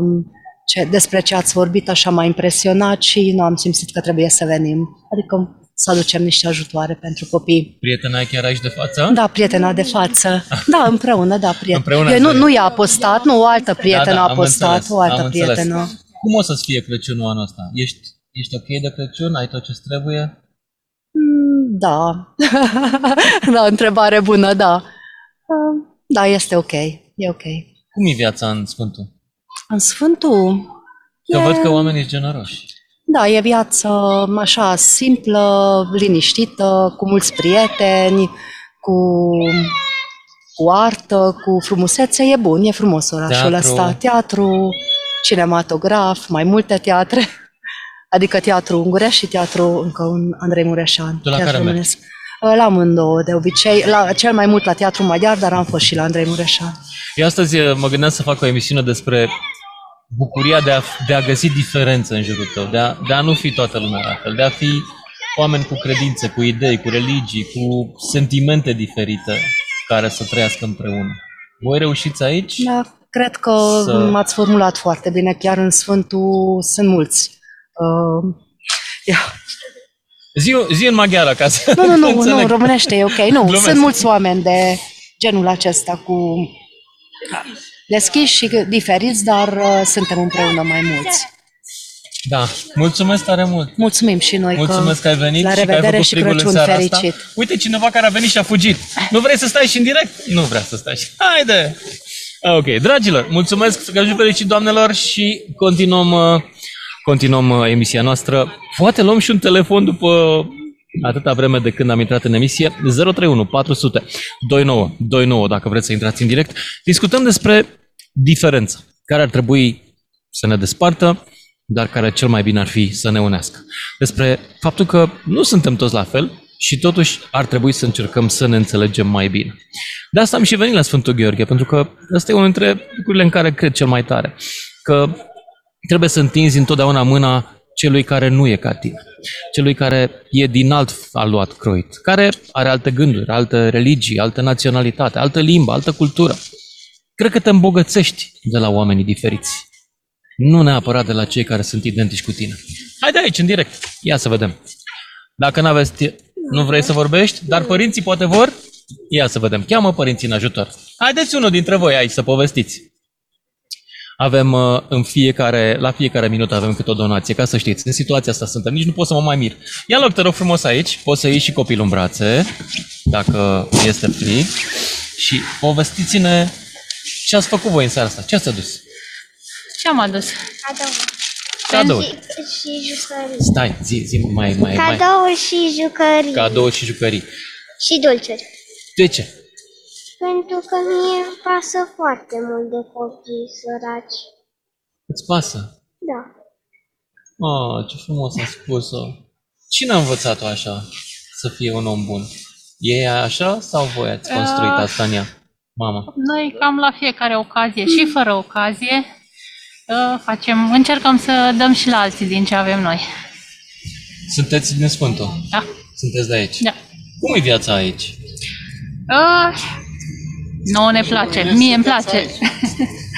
ce, despre ce ați vorbit, așa m-a impresionat și nu am simțit că trebuie să venim. Adică să aducem niște ajutoare pentru copii.
Prietena e chiar aici de față?
Da, prietena de față. Da, împreună, da, prietena.
Împreună
Eu nu,
înțeleg.
nu ea a postat, nu, o altă prietenă
da,
a
am
postat,
înțeles,
o altă
am înțeles.
prietenă.
Cum o să-ți fie Crăciunul anul ăsta? Ești, ești ok de Crăciun? Ai tot ce-ți trebuie?
Mm, Da. da, întrebare bună, da. Um, Da, este ok. E ok.
Cum e viața în Sfântul?
În Sfântul,
Că
E-
văd că oamenii sunt generoși.
da, e viață așa simplă, liniștită, cu mulți prieteni, cu, cu artă, cu frumusețe. E bun, e frumos orașul
Teatru.
ăsta. Teatru, cinematograf, mai multe teatre. Adică teatru ungureș și teatru încă un Andrei Mureșan.
Tu la
teatru
care
românesc. Ă, La amândouă, de obicei. La, cel mai mult la teatru maghiar, dar am fost și la Andrei Mureșan.
Eu astăzi eh, mă gândeam să fac o emisiune despre bucuria de a, de a găsi diferență în jurul tău, de a, de a nu fi toată lumea la fel, de a fi oameni cu credințe, cu idei, cu religii, cu sentimente diferite care să trăiască împreună. Voi reușiți aici?
Da, cred că
Să-
să... m-ați formulat foarte bine. Chiar în Sfântul sunt mulți. Uh, ia.
Zi, zi în maghiară ca să
Nu, nu, nu,
înțeleg.
nu, românește e ok. Nu,
Glumesc.
sunt mulți oameni de genul acesta cu deschiși și diferiți, dar uh, suntem împreună mai mulți.
Da, mulțumesc tare mult!
Mulțumim și noi
Mulțumesc
că
că ai venit
la
și că ai
revedere
făcut
și
frigul în
Crăciun
seara
fericit.
Asta. Uite cineva care a venit și a fugit. Nu vrei să stai și în direct? Nu vrea să stai și... Haide! Ok, dragilor, mulțumesc, Crăciun fericit doamnelor și continuăm, uh, continuăm uh, emisia noastră. Poate luăm și un telefon după atâta vreme de când am intrat în emisie, 031 400 29 29, dacă vreți să intrați în direct. Discutăm despre diferență, care ar trebui să ne despartă, dar care cel mai bine ar fi să ne unească. Despre faptul că nu suntem toți la fel și totuși ar trebui să încercăm să ne înțelegem mai bine. De asta am și venit la Sfântul Gheorghe, pentru că ăsta e unul dintre lucrurile în care cred cel mai tare. Că trebuie să întinzi întotdeauna mâna celui care nu e ca tine, celui care e din alt aluat croit, care are alte gânduri, alte religii, altă naționalitate, altă limbă, altă cultură. Cred că te îmbogățești de la oamenii diferiți, nu neapărat de la cei care sunt identici cu tine. Haide aici, în direct. Ia să vedem. Dacă n-aveți, ti- nu vrei să vorbești, dar părinții poate vor? Ia să vedem. Cheamă părinții în ajutor. Haideți unul dintre voi aici să povestiți. Avem uh, în fiecare, la fiecare minut avem câte o donație, ca să știți. În situația asta suntem, nici nu pot să mă mai mir. Ia loc, te rog frumos aici, poți să iei și copilul în brațe, dacă este plic. Și povestiți-ne ce ați făcut voi în seara asta, ce ați adus?
Ce am adus?
Cadou.
și jucării.
Stai, zi, zi mai, mai, mai.
Cadouri și jucării.
Cadou și jucării.
Și dulciuri.
De ce?
Pentru că mie îmi pasă foarte mult de copii săraci.
Îți pasă?
Da.
Oh, ce frumos a spus-o. Cine a învățat-o așa să fie un om bun? E așa sau voi ați construit
Ah.
asta în ea? Mama.
Noi cam la fiecare ocazie și fără ocazie uh, facem, încercăm să dăm și la alții din ce avem noi.
Sunteți din Sfântul?
Da.
Sunteți de aici?
Da.
Cum e viața aici?
Uh, nouă ne place, mie îmi place.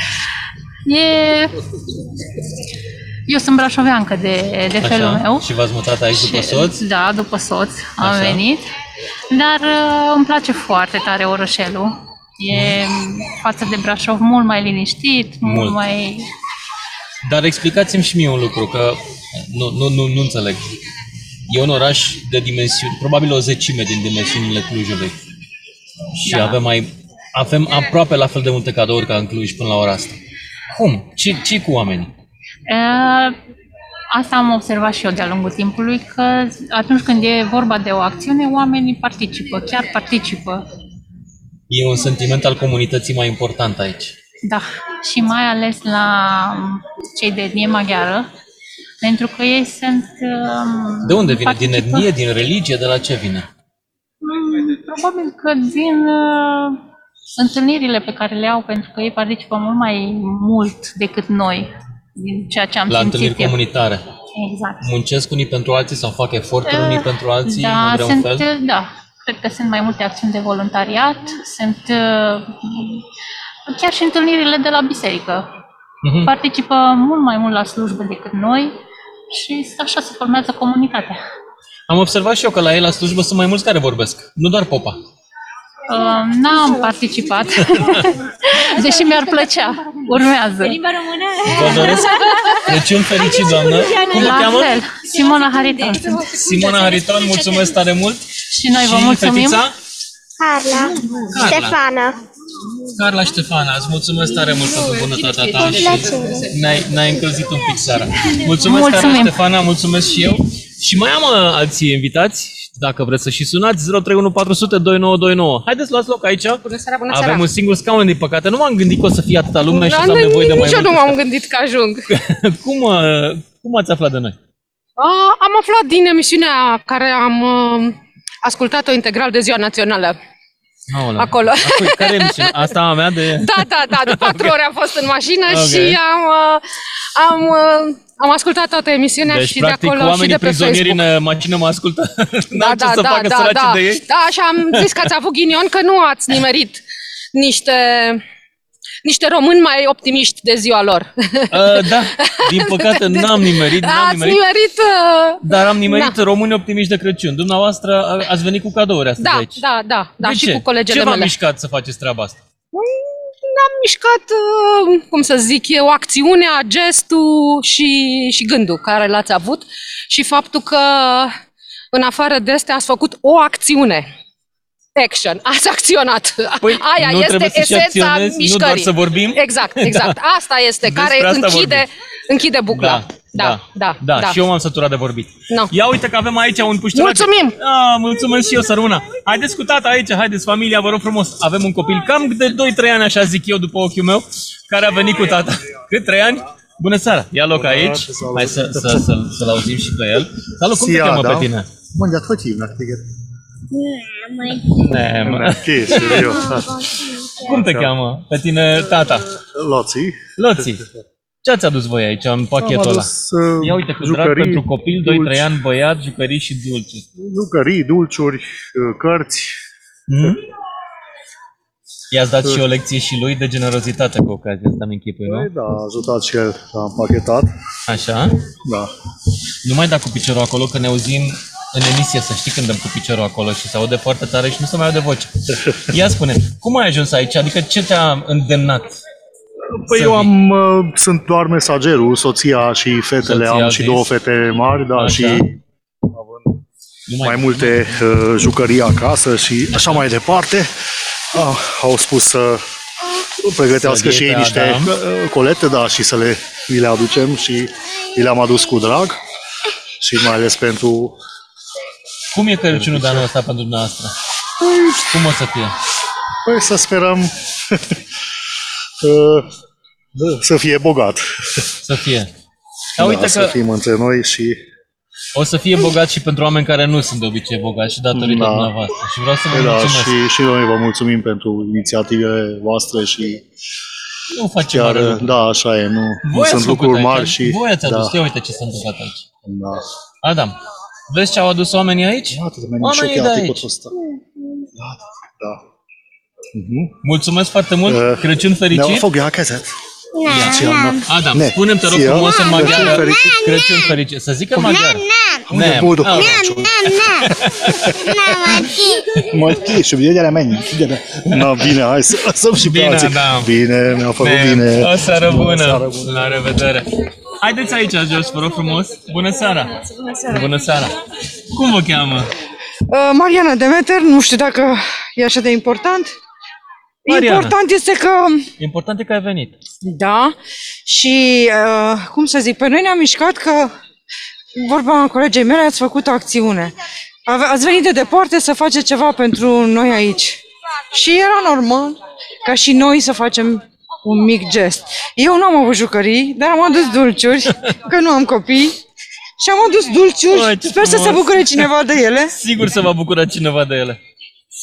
e... Eu sunt brașoveancă de, de felul
așa?
meu.
Și v-ați mutat aici după
Și-
soț?
Da, după soț am
Așa.
venit. Dar uh, îmi place foarte tare orășelul. E față de Brașov mult mai liniștit, mult,
Mm. Mult.
mai...
Dar explicați-mi și mie un lucru, că nu, nu, nu, nu înțeleg. E un oraș de dimensiuni, probabil o zecime din dimensiunile Clujului. Și
Da.
avem mai avem aproape la fel de multe cadouri ca în Cluj până la ora asta. Cum? Ce, ce cu oamenii?
Uh, Asta am observat și eu de-a lungul timpului, că atunci când e vorba de o acțiune, oamenii participă, chiar participă.
E un sentiment al comunității mai important aici.
Da, și mai ales la um, cei de etnie maghiară, pentru că ei sunt... um,
De unde vine? Din
participă-
etnie, din religie, de la ce vine?
Mm, Probabil că din uh, întâlnirile pe care le au, pentru că ei participă mult mai mult decât noi, din ceea ce am
la
simțit
întâlniri
eu.
comunitare.
Exact.
Muncesc unii pentru alții sau fac eforturi unii
Uh,
pentru alții
da,
în vreun
sunt,
fel?
Da, cred că sunt mai multe acțiuni de voluntariat, sunt uh, chiar și întâlnirile de la biserică.
Mhm.
Participă mult mai mult la slujbă decât noi și așa se formează comunitatea.
Am observat și eu că la ei la slujbă sunt mai mulți care vorbesc, nu doar popa.
Uh, N-am participat, deși mi-ar plăcea. Urmează. Limba română?
Vă doresc Crăciun fericit,
Adică
doamnă! Cum vă
La
cheamă?
fel, Simona Hariton.
Simona Hariton, mulțumesc tare mult!
Și noi vă
Și
mulțumim.
fetița?
Carla.
Carla.
Ștefana.
Carla Ștefana, îți mulțumesc tare mult pentru bunătatea ta
Cu
și
plăcere.
ne-ai, ne-ai încălzit un pic seara. Mulțumesc, Carla
Mulțumim.
Ștefana, mulțumesc și eu. Și mai am uh, alții invitați, dacă vreți să și sunați, 031 400 2929. Haideți, luați loc aici. Bună
seara, bună
Avem
seara.
un singur scaun, din păcate. Nu m-am gândit că o să fie atâta lume
Da,
și să am
nu,
nevoie de mai
nici eu nu
multe.
m-am gândit că ajung.
Cum, uh, cum ați aflat de noi?
Uh, am aflat din emisiunea care am uh, ascultat-o integral de Ziua Națională.
Aolea.
Acolo.
A cui? Care emisiune? Asta a mea de...
Da, da, da, de patru
Ok.
ore am fost în mașină
Ok.
și am, uh, am, uh, am ascultat toată emisiunea
Deci,
și
practic,
de acolo și
oamenii
de pe
prizonieri
Facebook.
în uh, mașină mă ascultă. N-au ce să facă
da,
săracii
da.
de ei.
Da, și am zis că ați avut ghinion că nu ați nimerit niște, niște români mai optimiști de ziua lor.
Uh, da, din păcate n-am nimerit, n-am
Deci, da, Ați
nimerit.
nimerit... uh,
Dar am nimerit
da.
români optimiști de Crăciun. Dumneavoastră a- ați venit cu cadouri astăzi
Da,
aici.
da, da, da,
deci de
și
ce?
cu colegele
ce v-a
mele.
mișcat să faceți treaba asta?
Am mișcat, uh, cum să zic eu, acțiunea, gestul și, și gândul care l-ați avut și faptul că în afară de astea ați făcut o acțiune. Action. Ați acționat.
Păi,
Aia
nu
este
trebuie să și
esența
acționezi, nu
mișcării.
doar să vorbim.
Exact, exact.
Da.
Asta este
Despre
care
asta
închide,
vorbim.
închide bucla.
da,
da,
da,
da.
și eu m-am săturat de vorbit.
No.
Ia uite că avem aici un pușturac.
Mulțumim!
A, mulțumesc și eu, Săruna. Haideți cu tata aici, haideți familia, vă rog frumos. Avem un copil cam de 2-3 ani, așa zic eu, după ochiul meu, care a venit cu tata. Cât? 3 ani? Bună seara! Ia loc aici. Hai să, să, să, să-l auzim și pe el. Salut, cum te
Sia,
cheamă
da?
pe tine?
Bun, dar tot timp, știi că...
Ne, mă. Cum te cheamă pe tine tata?
Loții.
Loții. Ce ați adus voi aici în pachetul ăla?
adus, uh,
Ia uite, cu drag
jucării,
pentru copil, 2-3
dulci.
ani, băiat, jucării și dulciuri.
Jucării, dulciuri, uh, cărți.
Mm? I-ați dat și o lecție și lui de generozitate cu ocazia asta, mi închipui, nu?
Păi da, a ajutat și el, a împachetat.
Așa?
Da.
Nu mai da cu piciorul acolo, că ne auzim în emisie, să știi când dăm cu piciorul acolo și se aude foarte tare și nu se mai aude voce. Ia spune, cum ai ajuns aici? Adică ce te-a îndemnat?
Păi
Să
eu am, uh, sunt doar mesagerul, soția și fetele,
Soția a
am și
zis.
două fete mari, da,
Așa.
și având mai multe uh, jucării acasă și așa mai departe, a, au spus să pregătească
Să
și ei
dieta,
niște
da.
uh, colete, da, și să le, vi le aducem și vi le-am adus cu drag și mai ales pentru
Cum e Crăciunul de anul ăsta pentru dumneavoastră? Cum o să fie?
Păi să sperăm uh, să fie bogat.
Să fie. Ia uite
da,
că
să fim între noi și
o să fie bogat și pentru oameni care nu sunt de obicei bogați și datorită
Da.
dumneavoastră. Și vreau să vă
da,
mulțumesc.
și, și noi vă mulțumim pentru inițiativele voastre și
Nu facem
chiar,
mare lucru.
da, așa e, nu, nu
ați
sunt
făcut
lucruri
aici,
mari și...
Voi ați adus,
da.
ia uite ce s-a întâmplat aici. Da. Adam, vezi ce au adus oamenii aici? Iată, oamenii de
șocheat e
aici.
totul ăsta. Da.
Mulțumesc foarte mult, Crăciun
Mhm. Eh, Ne-au exact.
fericit.
fogat acasă.
Adam, spune-mi, te rog
Sia,
frumos în
Crăciun
maghiară.
fericit.
Crăciun fericit. Să zică în
Cum?
maghiară.
Unde
Ne,
budul?
ah,
Mă, și bine de la mine. Na, bine, hai să lăsăm și pe
Bine,
alții.
Adam.
Bine, mi-a făcut
Ne,
bine.
O seară
O
bună.
seară bună.
La revedere. Haideți aici, jos, vă rog frumos. Bună seara.
Bună seara.
Bună seara. Cum vă cheamă?
Uh, Mariana Demeter, nu știu dacă e așa de important.
Mariana.
Important este că,
Important e că ai venit.
da, și uh, cum să zic, pe noi ne-a mișcat că, vorba colegei mele, ați făcut o acțiune. Ave- Ați venit de departe să faceți ceva pentru noi aici. Și era normal ca și noi să facem un mic gest. Eu nu am avut jucării, dar am adus dulciuri, că nu am copii. Și am adus dulciuri,
Bă, ce
Păi, sper să se
frumos.
bucure cineva de ele.
Sigur se va bucura cineva de ele.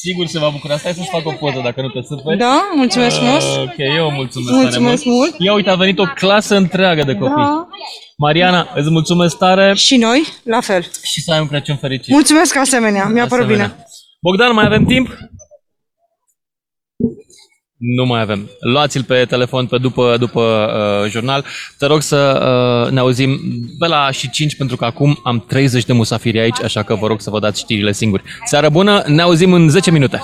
Sigur se va bucura. Stai să-ți fac o poză dacă nu te superi.
Da, mulțumesc frumos.
Ok, eu mulțumesc, tare
Mulțumesc mult.
Ia uite, a venit o clasă întreagă de copii.
Da.
Mariana, îți mulțumesc tare
Și noi, la fel.
și să ai un Crăciun fericit.
Mulțumesc asemenea, mi-a părut
Asemenea.
bine.
Bogdan, mai avem timp? Nu mai avem. Luați-l pe telefon pe după, după uh, jurnal. Te rog să uh, ne auzim pe la și 5, pentru că acum am 30 de musafiri aici, așa că vă rog să vă dați știrile singuri. Seară bună, ne auzim în 10 minute.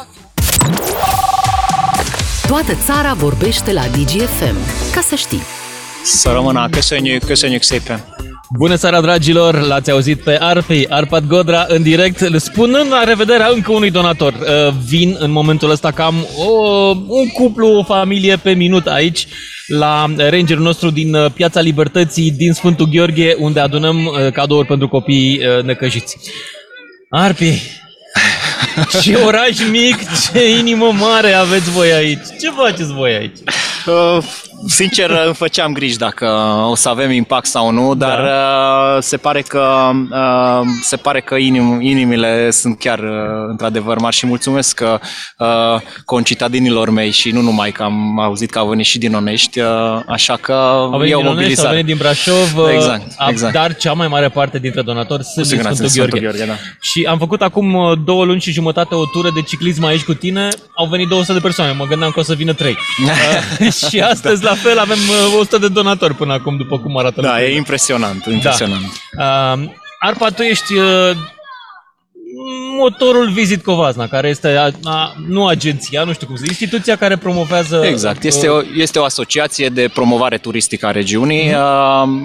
Toată țara vorbește la DGFM. Ca să știi.
Sărămâna, köszönjük, köszönjük szépen.
Bună seara, dragilor! L-ați auzit pe Arpi, Arpad Godra, în direct, spunând la revedere încă unui donator. Uh, Vin în momentul ăsta cam o, un cuplu, o familie pe minut aici, la rangerul nostru din uh, Piața Libertății, din Sfântul Gheorghe, unde adunăm uh, cadouri pentru copii uh, necăjiți. Arpi, ce oraș mic, ce inimă mare aveți voi aici! Ce faceți voi aici?
Uh, Sincer, îmi făceam griji dacă o să avem impact sau nu, dar da. se pare că, uh, se pare că inim, inimile sunt chiar uh, într-adevăr mari și mulțumesc că uh, concitadinilor mei și nu numai că am auzit că au venit și din Onești, uh, așa că
Au venit
e o
din Onești,
mobilizare.
au venit din Brașov, uh,
Exact,
a-
exact.
dar cea mai mare parte dintre donatori sunt din
siguranță,
Sfântul
din
Gheorghe.
Sfântul Gheorghe, da.
Și am făcut acum uh, două luni și jumătate o tură de ciclism aici cu tine, au venit 200 de persoane, mă gândeam că o să vină 3. și astăzi la fel avem uh, 100 de donatori până acum, după cum arată
Da, e impresionant, impresionant.
Da. Uh, Arpa, tu ești uh, motorul Visit Covazna, care este a, a, nu agenția, nu știu cum să zic, instituția care promovează...
Exact, este
uh,
o, este o asociație de promovare turistică a regiunii.
Mhm.
Uh,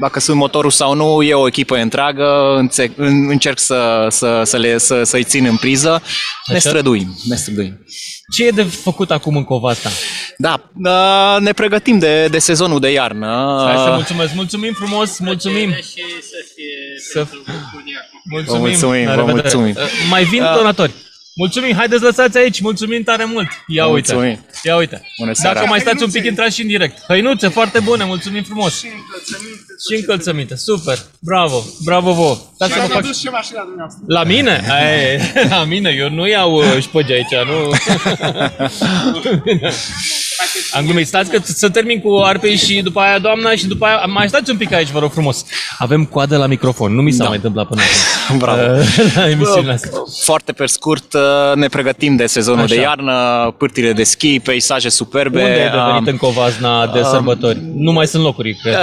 Dacă sunt motorul sau nu, e o echipă întreagă, înțe- în- încerc să, să, să le, să, să-i țin în priză. Ne
Așa.
străduim, ne străduim.
Ce e de făcut acum în Covazna?
Da, uh, ne pregătim de, de sezonul de iarnă.
Hai să
Uh,
mulțumesc, mulțumim frumos, mulțumim! Să... Mulțumim,
Vă mulțumim,
la
vă
revedere.
mulțumim.
Uh, Mai vin
Uh,
donatori. Mulțumim, haideți lăsați aici, mulțumim tare mult. Ia
Vă
uite,
mulțumim.
ia uite.
Bună seara.
Dacă mai stați un pic, intrați și în direct. Hăinuțe, foarte bune, mulțumim frumos. Și încălțăminte, super, bravo, bravo vouă. Dați să vă fac...
și mașina dumneavoastră.
La mine? Ai, la mine, eu nu iau uh, șpăgi aici, nu... Am glumit, stați că să termin cu arpei și după aia doamna și după aia... Mai stați un pic aici, vă rog frumos. Avem coadă la microfon, nu mi s-a mai întâmplat până acum.
Da. Bravo.
La emisiunea asta.
Foarte pe scurt, uh, ne pregătim de sezonul
Așa.
de iarnă, pârtile de schi, peisaje superbe.
Unde ai devenit
uh,
în Covazna de
um,
sărbători? Nu mai sunt locuri, cred. nu?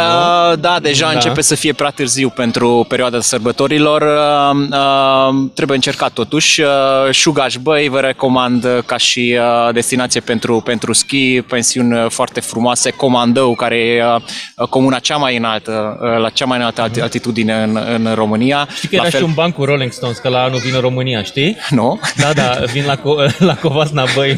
Uh, Da, deja
Da.
da. începe să fie prea târziu pentru perioada sărbătorilor. Uh, uh, Trebuie încercat totuși. Uh, Șugaș Băi vă recomand uh, ca și uh, destinație pentru, pentru schi, pensiuni uh, foarte frumoase, Comandău, care e uh, comuna cea mai înaltă, uh, la cea mai înaltă alti- altitudine în, în România.
Știi că era Da. și un ban cu Rolling Stones, că la anul vin în România, știi?
Nu.
Da, da, vin la, co- la Covasna Băi.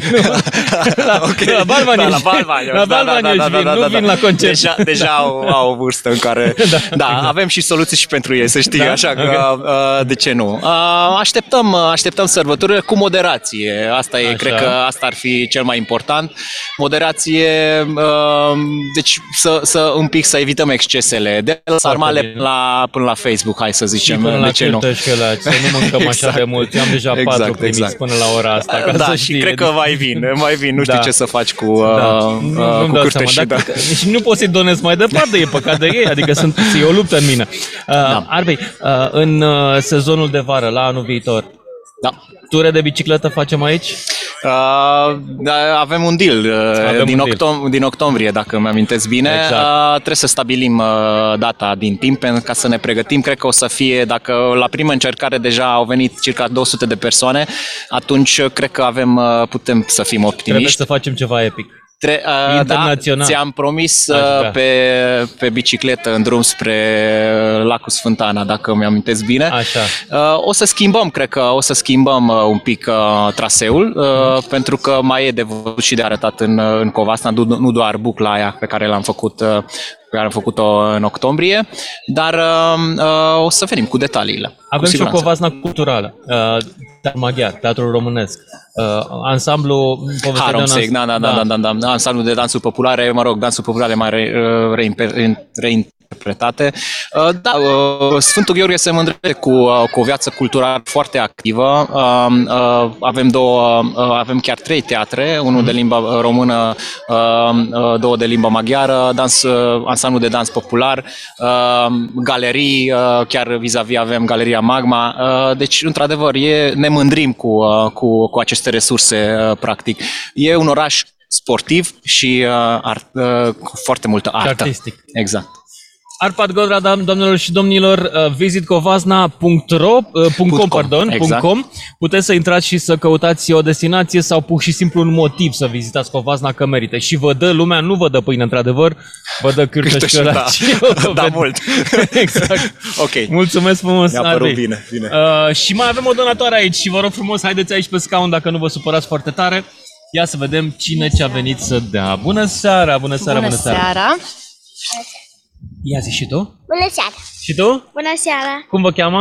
la, okay. la
da,
Balvanieș.
la Da, Balvanieș,
La Balvanieș vin, nu vin la concert.
da. Deja, deja au, au o vârstă în care... da, da avem și soluții și pentru ei, să știi,
Da?
da? așa că
Ok.
uh, de ce nu. Uh, Așteptăm, uh, așteptăm sărbătorile cu moderație. Asta e,
Așa.
cred că asta ar fi cel mai important. Moderație, uh, deci să, să un pic să evităm excesele. De la sarmale
bine.
până la, până la Facebook, hai să
Și
zicem,
până la
de ce nu.
cârtășcălaci, să nu mâncăm
Exact.
așa de mult. Eu am deja
Exact,
patru primiți
exact.
până la ora asta. Ca
Da,
să
și
știe. deci-
cred că mai vin, mai vin. Păi Nu știu ce să faci cu, uh,
Da. Nu-
uh,
Da. nu-mi
cu
dau
cârteșii,
seama, dar
da.
cred că- Și nu poți să-i donezi mai departe, e păcat de ei, adică sunt, e o luptă în mine. Uh,
Da.
Arbei, uh, în uh, sezonul de vară, la anul viitor,
da.
ture de bicicletă facem aici?
Uh, da, avem un deal uh,
Avem
din,
un deal.
Octom- din octombrie, dacă îmi amintesc bine.
Exact.
Uh, trebuie să stabilim uh, data din timp pentru ca să ne pregătim. Cred că o să fie, dacă la prima încercare deja au venit circa 200 de persoane, atunci uh, cred că avem, uh, putem să fim
Trebuie
optimiști.
să facem ceva epic.
Tre- uh,
Internațional.
Da, ți-am promis uh,
Aș vrea.
pe, pe bicicletă în drum spre uh, Lacul Sfântana, dacă îmi amintesc bine.
Așa.
Uh, o să schimbăm, cred că o să schimbăm uh, un pic uh, traseul, uh,
Mhm.
pentru că mai e de văzut și de arătat în, uh, în Covasna, nu, nu doar bucla aia pe care l-am făcut uh, pe care am făcut-o în octombrie, dar uh, uh, o să venim cu detaliile.
Avem
cu
și o
siguranță.
covazna culturală, uh, teatru maghiar, teatrul românesc, uh, ansamblu... povestea de
Harom
un
Seg,
ans-
da, da, da, da, da, da, da, ansamblul de dansuri populare, mă rog, dansuri populare mai re, reimpe- rein- reinterpretate. Uh, Da, uh, Sfântul Gheorghe se mândrește cu, uh, cu o viață culturală foarte activă. Uh, uh, Avem două, uh, avem chiar trei teatre, unul de limba română, uh, uh, două de limba maghiară, dans, uh, ansamblu de dans popular, uh, galerii, uh, chiar vis-a-vis avem Galeria Magma. Uh, Deci, într-adevăr, e, ne mândrim cu, uh, cu, cu aceste resurse, uh, practic. E un oraș sportiv și uh, art, uh, cu foarte multă artă.
artistic.
Exact.
Arpad Godra, dam- doamnelor și domnilor, uh, visitcovazna.ro, uh, punct .com, pardon,
exact.
.com. Puteți să intrați și să căutați o destinație sau pur și simplu un motiv să vizitați Covazna că merită. Și vă dă lumea, nu vă dă pâine într-adevăr, vă dă cârtă Deci și
da. Da,
mult. exact.
Ok.
Mulțumesc frumos,
Mi-a părut
Andrei.
bine, bine.
Uh, și mai avem o donatoare aici și vă rog frumos, haideți aici pe scaun dacă nu vă supărați foarte tare. Ia să vedem cine ce a venit să dea. Bună seara, bună seara, bună, seara. Ia zi și tu.
Bună seara!
Și tu?
Bună seara!
Cum vă cheamă?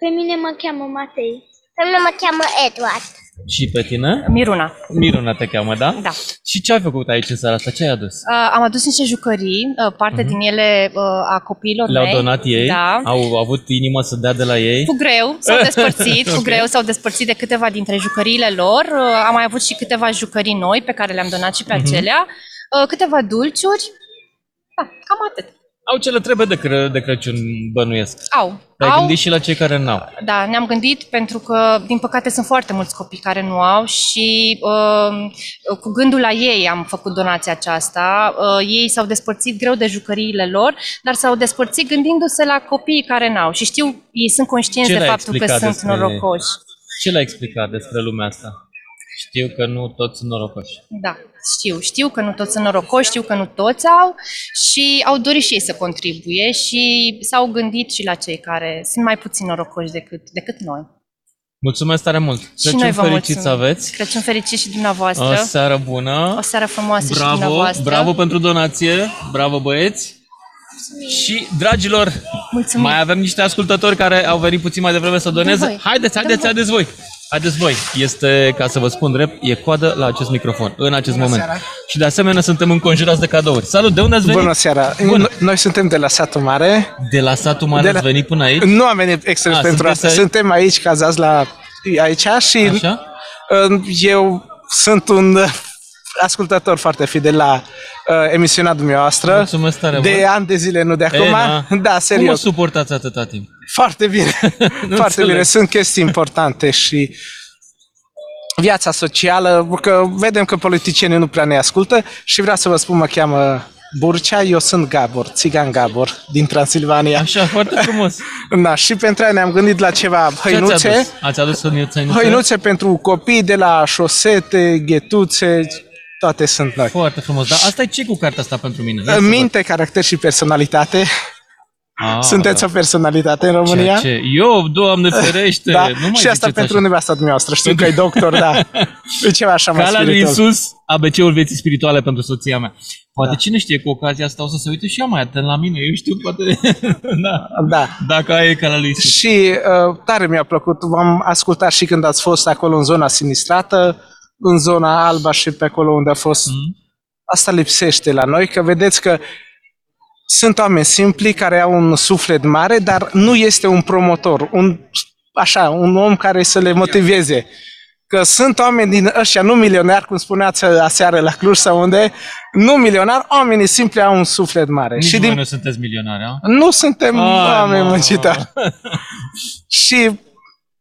Pe mine mă cheamă Matei. Pe mine mă cheamă Edward.
Și pe tine?
Miruna.
Miruna te cheamă, da?
Da.
Și ce ai făcut aici în seara asta? Ce ai adus?
Uh, am adus niște jucării, uh, parte din ele uh, a copiilor
Mhm. Le-au
mei.
donat ei?
Da.
Au avut inima să dea de la ei?
Cu greu s-au despărțit, cu
Ok.
greu s-au despărțit de câteva dintre jucăriile lor. Uh, Am mai avut și câteva jucării noi pe care le-am donat și pe
Mhm.
acelea. Uh, Câteva dulciuri. Da, cam atât.
Au ce le trebuie de, Cră- de Crăciun, bănuiesc.
Au.
Te-ai
au,
gândit și la cei care n-au.
Da, ne-am gândit pentru că, din păcate, sunt foarte mulți copii care nu au și uh, cu gândul la ei am făcut donația aceasta. Uh, ei s-au despărțit greu de jucăriile lor, dar s-au despărțit gândindu-se la copiii care n-au. Și știu, ei sunt conștienți
Ce
de
le-ai
faptul că
explicat
sunt
despre ei?
norocoși.
Ce le-ai explicat despre lumea asta? Știu că nu toți sunt norocoși.
Da, știu. Știu că nu toți sunt norocoși, știu că nu toți au și au dorit și ei să contribuie și s-au gândit și la cei care sunt mai puțin norocoși decât, decât noi.
Mulțumesc tare mult!
și noi vă
fericit să
mulțumim.
aveți!
Crăciun fericit și
O
dumneavoastră.
seară bună!
O seară frumoasă și
bravo,
dumneavoastră.
bravo pentru donație! Bravo băieți! Și, dragilor,
Mulțumim.
mai avem niște ascultători care au venit puțin mai devreme să doneze.
voi.
Haideți, haideți, haideți voi! Haideți voi! Este, ca să vă spun drept, e coadă la acest microfon, în acest
Bună
moment.
seara.
Și de asemenea suntem înconjurați de cadouri. Salut, de unde ați venit?
Bună seara!
Bună.
Noi suntem de la satul mare.
De la satul mare
De
ați venit până aici?
Nu am venit extra
A,
pentru
Ah, sunteți
asta.
aici?
Suntem aici cazați la aici și
Așa?
uh, eu sunt un uh, ascultător foarte fidel la uh, emisiunea dumneavoastră.
Mulțumesc tare
De
mult.
ani de zile, nu de acum.
E, na.
da,
Cum o
serios.
suportați atâta timp?
Foarte bine. Foarte
înțeleg.
bine. Sunt chestii importante și viața socială, că vedem că politicienii nu prea ne ascultă și vreau să vă spun, mă cheamă Burcea, eu sunt Gabor, țigan Gabor, din Transilvania.
Așa, foarte frumos.
da, și pentru aia ne-am gândit la ceva
Ce
hăinuțe.
ați adus? Ați adus hăinuțe?
Hăinuțe pentru copii de la șosete, ghetuțe, toate sunt noi.
Foarte frumos, dar Da, asta e ce cu cartea asta pentru mine? Ia să văd.
Minte, caracter și personalitate.
Ah,
Sunteți o personalitate în România?
Ceea ce... Eu, doamne ferește,
da?
nu mai
și asta
ziceți
pentru
așa.
nevasta dumneavoastră. Știu că e doctor, da. E ceva așa mai
Calea lui
spiritual.
Iisus, ABC-ul vieții spirituale pentru soția mea. Poate da. cine știe cu ocazia asta o să se uite și ea mai atent la mine, eu știu, poate... da.
da.
Dacă aia e calea lui Iisus.
Și uh, tare mi-a plăcut. V-am ascultat și când ați fost acolo în zona sinistrată, în zona alba și pe acolo unde a fost.
Mhm.
Asta lipsește la noi, că vedeți că sunt oameni simpli care au un suflet mare, dar nu este un promotor, un, așa, un om care să le motiveze. Că sunt oameni din ăștia, nu milionari, cum spuneați aseară la Cluj sau unde, nu milionari, oamenii simpli au un suflet mare.
Nici
și
și voi
din
din... nu sunteți milionari, a?
nu suntem
Ah,
oameni
mă.
muncitari. și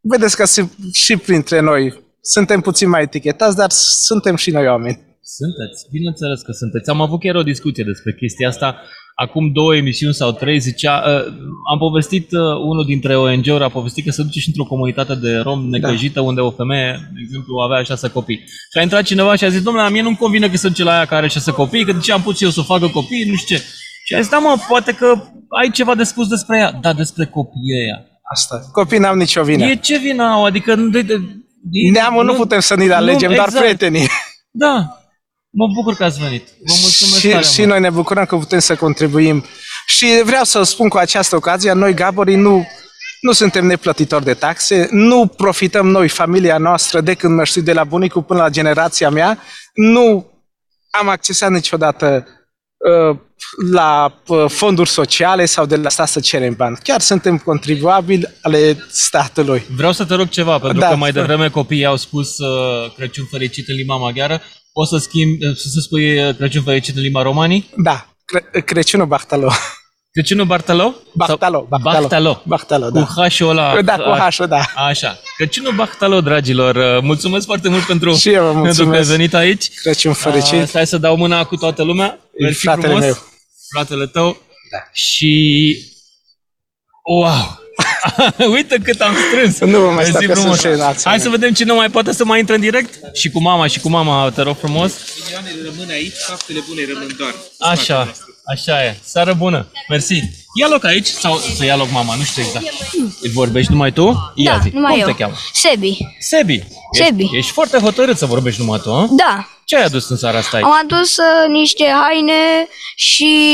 vedeți că și, și printre noi suntem puțin mai etichetați, dar suntem și noi oameni.
Sunteți, bineînțeles că sunteți. Am avut chiar o discuție despre chestia asta. Acum două emisiuni sau trei zicea, uh, am povestit, uh, unul dintre ONG-uri a povestit că se duce și într-o comunitate de rom necăjită unde o femeie, de exemplu, avea șase copii. Și a intrat cineva și a zis, domnule, la mine nu-mi convine că se duce la aia care are șase copii, că de ce am pus eu să facă copii, nu știu ce. Și a zis, da mă, poate că ai ceva de spus despre ea. Da, despre copiii ăia.
Asta. Copiii n-au nicio vină.
E ce vină au, adică... nu- De, de, de, exact.
Neamul nu putem să ni-l alegem, dar prietenii.
Da, mă bucur că ați venit. Vă mulțumesc tare
și, și
mult.
noi ne bucurăm că putem să contribuim. Și vreau să spun cu această ocazie, noi Gaborii nu, nu suntem neplătitori de taxe, nu profităm noi, familia noastră, de când mă știu de la bunicul până la generația mea, nu am accesat niciodată uh, la uh, fonduri sociale sau de la stat să cerem bani. Chiar suntem contribuabili ale statului.
Vreau să te rog ceva, pentru
Da.
că mai devreme copiii au spus uh, Crăciun fericit în limba maghiară. O să schimb, uh, să spui uh, Crăciun fericit în limba romanii?
Da, Cre- Crăciunul Bahtalo.
Crăciunul Bartalo?
Bahtalo, Bahtalo.
Bahtalo.
Bahtalo, da.
Cu H-ul ăla.
Da, cu H-ul, da.
Așa. Crăciunul Bahtalo, dragilor. Uh, Mulțumesc foarte mult pentru,
Și eu vă
pentru că ai
mulțumesc.
venit aici.
Crăciun fericit.
Uh, Stai să dau mâna cu toată lumea.
E
Mersi
fratele
frumos.
meu.
Fratele tău. Da. Și... Wow! Uite cât am strâns!
Nu vă mai
Mersi
stau că
frumos.
sunt jenat.
Hai să vedem cine mai poate să mai intre în direct. Și cu mama, și cu mama, te rog frumos.
Milioanele rămân aici, faptele bune rămân doar.
Așa, așa e. Seară bună. Mersi. Ia loc aici sau să ia loc mama, nu știu exact. Vorbești numai tu? Ia
da,
zi.
numai
Cum
eu.
te cheamă?
Sebi.
Sebi.
Sebi.
Ești, ești foarte hotărât să vorbești numai tu, a?
Da.
Ce ai adus în seara asta aici?
Am adus uh, niște haine și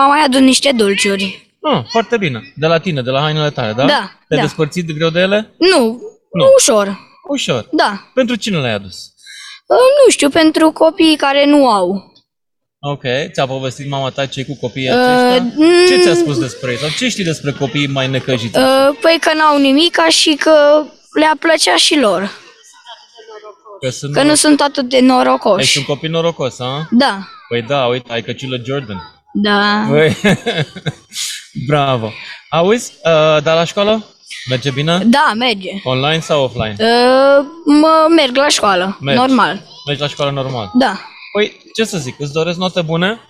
am mai adus niște dulciuri.
Ah, foarte bine. De la tine, de la hainele tale, da?
Da,
Te-ai
da.
despărțit greu de ele?
Nu,
Nu.
ușor.
Ușor.
Da.
Pentru cine l-ai adus?
Uh, Nu știu, pentru copiii care nu au.
Ok, ți-a povestit mama ta ce cu copiii aceștia?
mm.
ce ți-a spus despre ei? Sau ce știi despre copiii mai necăjiți?
Uh, Păi că n-au nimica și că le-a plăcea și lor.
Că sunt,
Că nu sunt atât de
Ei,
norocoși.
sunt copii norocos, a?
Da,
Păi da, uite, ai căciulă Jordan.
da.
Păi, bravo. Auzi, uh, dar la școală? Merge bine?
Da, merge.
Online sau offline?
Uh, Mă merg la școală,
Mergi.
normal.
Mergi la școală normal.
Da.
Păi, ce să zic, îți doresc note bune,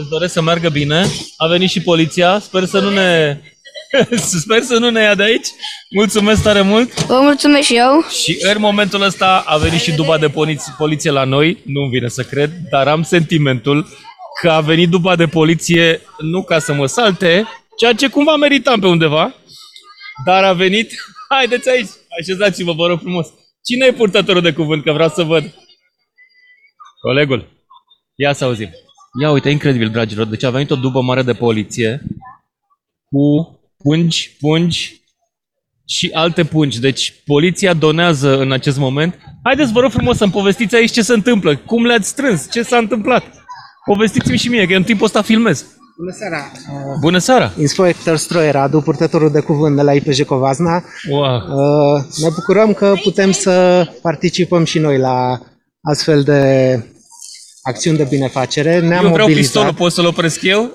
îți doresc să meargă bine, a venit și poliția, sper să nu ne... Sper să nu ne ia de aici. Mulțumesc tare mult.
Vă mulțumesc și eu.
Și în momentul ăsta a venit și duba de poliție, poliție la noi, nu-mi vine să cred, dar am sentimentul că a venit duba de poliție nu ca să mă salte, ceea ce cumva meritam pe undeva, dar a venit... Haideți aici, așezați-vă, vă rog frumos. Cine e purtătorul de cuvânt, că vreau să văd? Colegul, ia să auzim. Ia uite, incredibil, dragilor, deci a venit o dubă mare de poliție cu pungi, pungi și alte pungi. Deci poliția donează în acest moment. Haideți, vă rog frumos, să-mi povestiți aici ce se întâmplă, cum le-ați strâns, ce s-a întâmplat. Povestiți-mi și mie, că în timpul ăsta filmez.
Bună seara!
Bună seara!
Inspector Stroier, adu purtătorul de cuvânt de la IPJ Covazna.
Wow.
Uh, Ne bucurăm că putem să participăm și noi la astfel de acțiuni de binefacere. Ne-am
eu vreau
mobilizat.
pistolul, pot să-l opresc eu?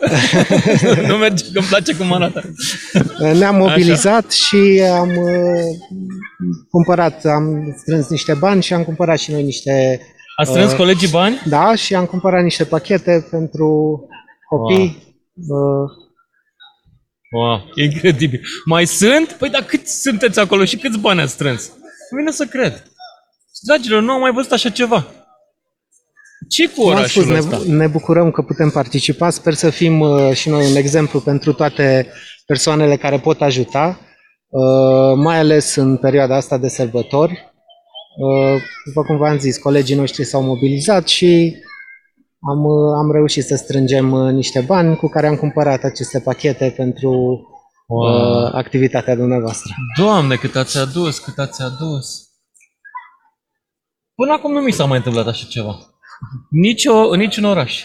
nu merge, că îmi place cum arată.
Uh, Ne-am
Așa.
mobilizat și am uh, cumpărat, am strâns niște bani și am cumpărat și noi niște...
A strâns
uh,
colegii bani?
Da, și am cumpărat niște pachete pentru copii. Uh,
Wow, incredibil. Mai sunt? Păi dar câți sunteți acolo și câți bani ați strâns? Nu vine să cred. Dragilor, nu am mai văzut așa ceva. Ce cu
Cum am
orașul
spus, ne,
ăsta?
ne bucurăm că putem participa. Sper să fim uh, și noi un exemplu pentru toate persoanele care pot ajuta, uh, mai ales în perioada asta de sărbători. Uh, După cum v-am zis, colegii noștri s-au mobilizat și am, uh, am reușit să strângem uh, niște bani cu care am cumpărat aceste pachete pentru
Wow.
uh, activitatea dumneavoastră.
Doamne, cât ați adus, cât ați adus. Până acum nu mi s-a mai întâmplat așa ceva. Nici o, în niciun oraș.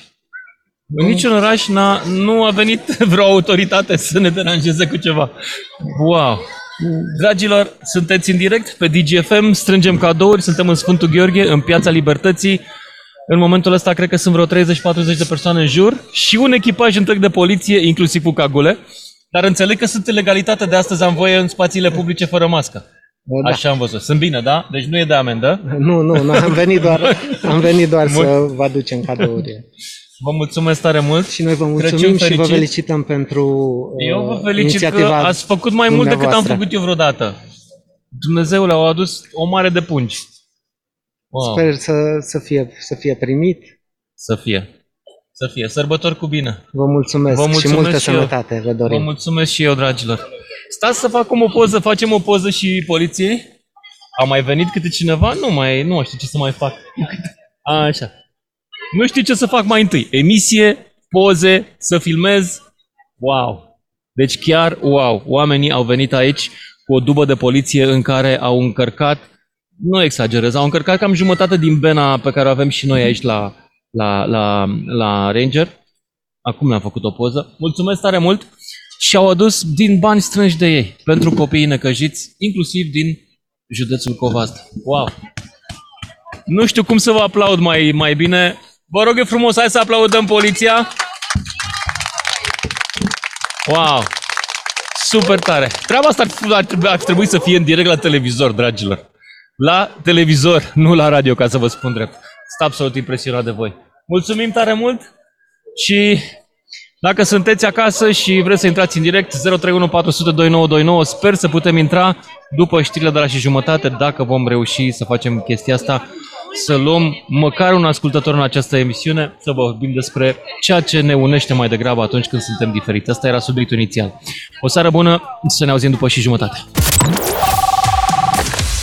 În niciun oraș n-a, nu a venit vreo autoritate să ne deranjeze cu ceva. Wow! Dragilor, sunteți în direct pe DGFM, strângem cadouri, suntem în Sfântul Gheorghe, în Piața Libertății. În momentul ăsta cred că sunt vreo 30-40 de persoane în jur și un echipaj întreg de poliție, inclusiv cu cagule. Dar înțeleg că sunt în legalitate de astăzi am voie în spațiile publice fără mască.
Da.
Așa am văzut. Sunt bine, da? Deci nu e de amendă.
Nu, nu, nu am venit doar, am venit doar să
Mul-
vă aducem cadouri.
Vă mulțumesc tare mult.
Și noi vă
Crăciun
Mulțumim și vă
fericit.
felicităm pentru uh,
Eu vă felicit că
inițiativa
ați făcut mai mult decât am
dumneavoastră.
făcut eu vreodată. Dumnezeu le-au adus o mare de pungi. Wow.
Sper să, să, fie, să fie primit.
Să fie. Să fie. Sărbători cu bine.
Vă mulțumesc,
Vă mulțumesc
și multă
și eu.
sănătate vă dorim.
Vă mulțumesc și eu, dragilor. Stați să facem o poză, facem o poză și poliției. A mai venit câte cineva? Nu mai, nu mai știu ce să mai fac. Așa. Nu știu ce să fac mai întâi. Emisie, poze, să filmez. Wow! Deci chiar wow! Oamenii au venit aici cu o dubă de poliție în care au încărcat, nu exagerez, au încărcat cam jumătate din bena pe care o avem și noi aici la, la, la, la Ranger. Acum mi-am făcut o poză. Mulțumesc tare mult! Și au adus din bani strânși de ei pentru copiii necăjiți, inclusiv din județul Covazna. Wow! Nu știu cum să vă aplaud mai, mai bine. Vă rog eu frumos, hai să aplaudăm poliția. Wow! Super tare! Treaba asta ar, fi- ar, trebui, ar trebui să fie în direct la televizor, dragilor. La televizor, nu la radio, ca să vă spun drept. Sunt absolut impresionat de voi. Mulțumim tare mult și dacă sunteți acasă și vreți să intrați în direct, 031 400 2929, sper să putem intra după știrile de la și jumătate, dacă vom reuși să facem chestia asta, să luăm măcar un ascultător în această emisiune, să vorbim despre ceea ce ne unește mai degrabă atunci când suntem diferiți. Asta era subiectul inițial. O seară bună, să ne auzim după și jumătate.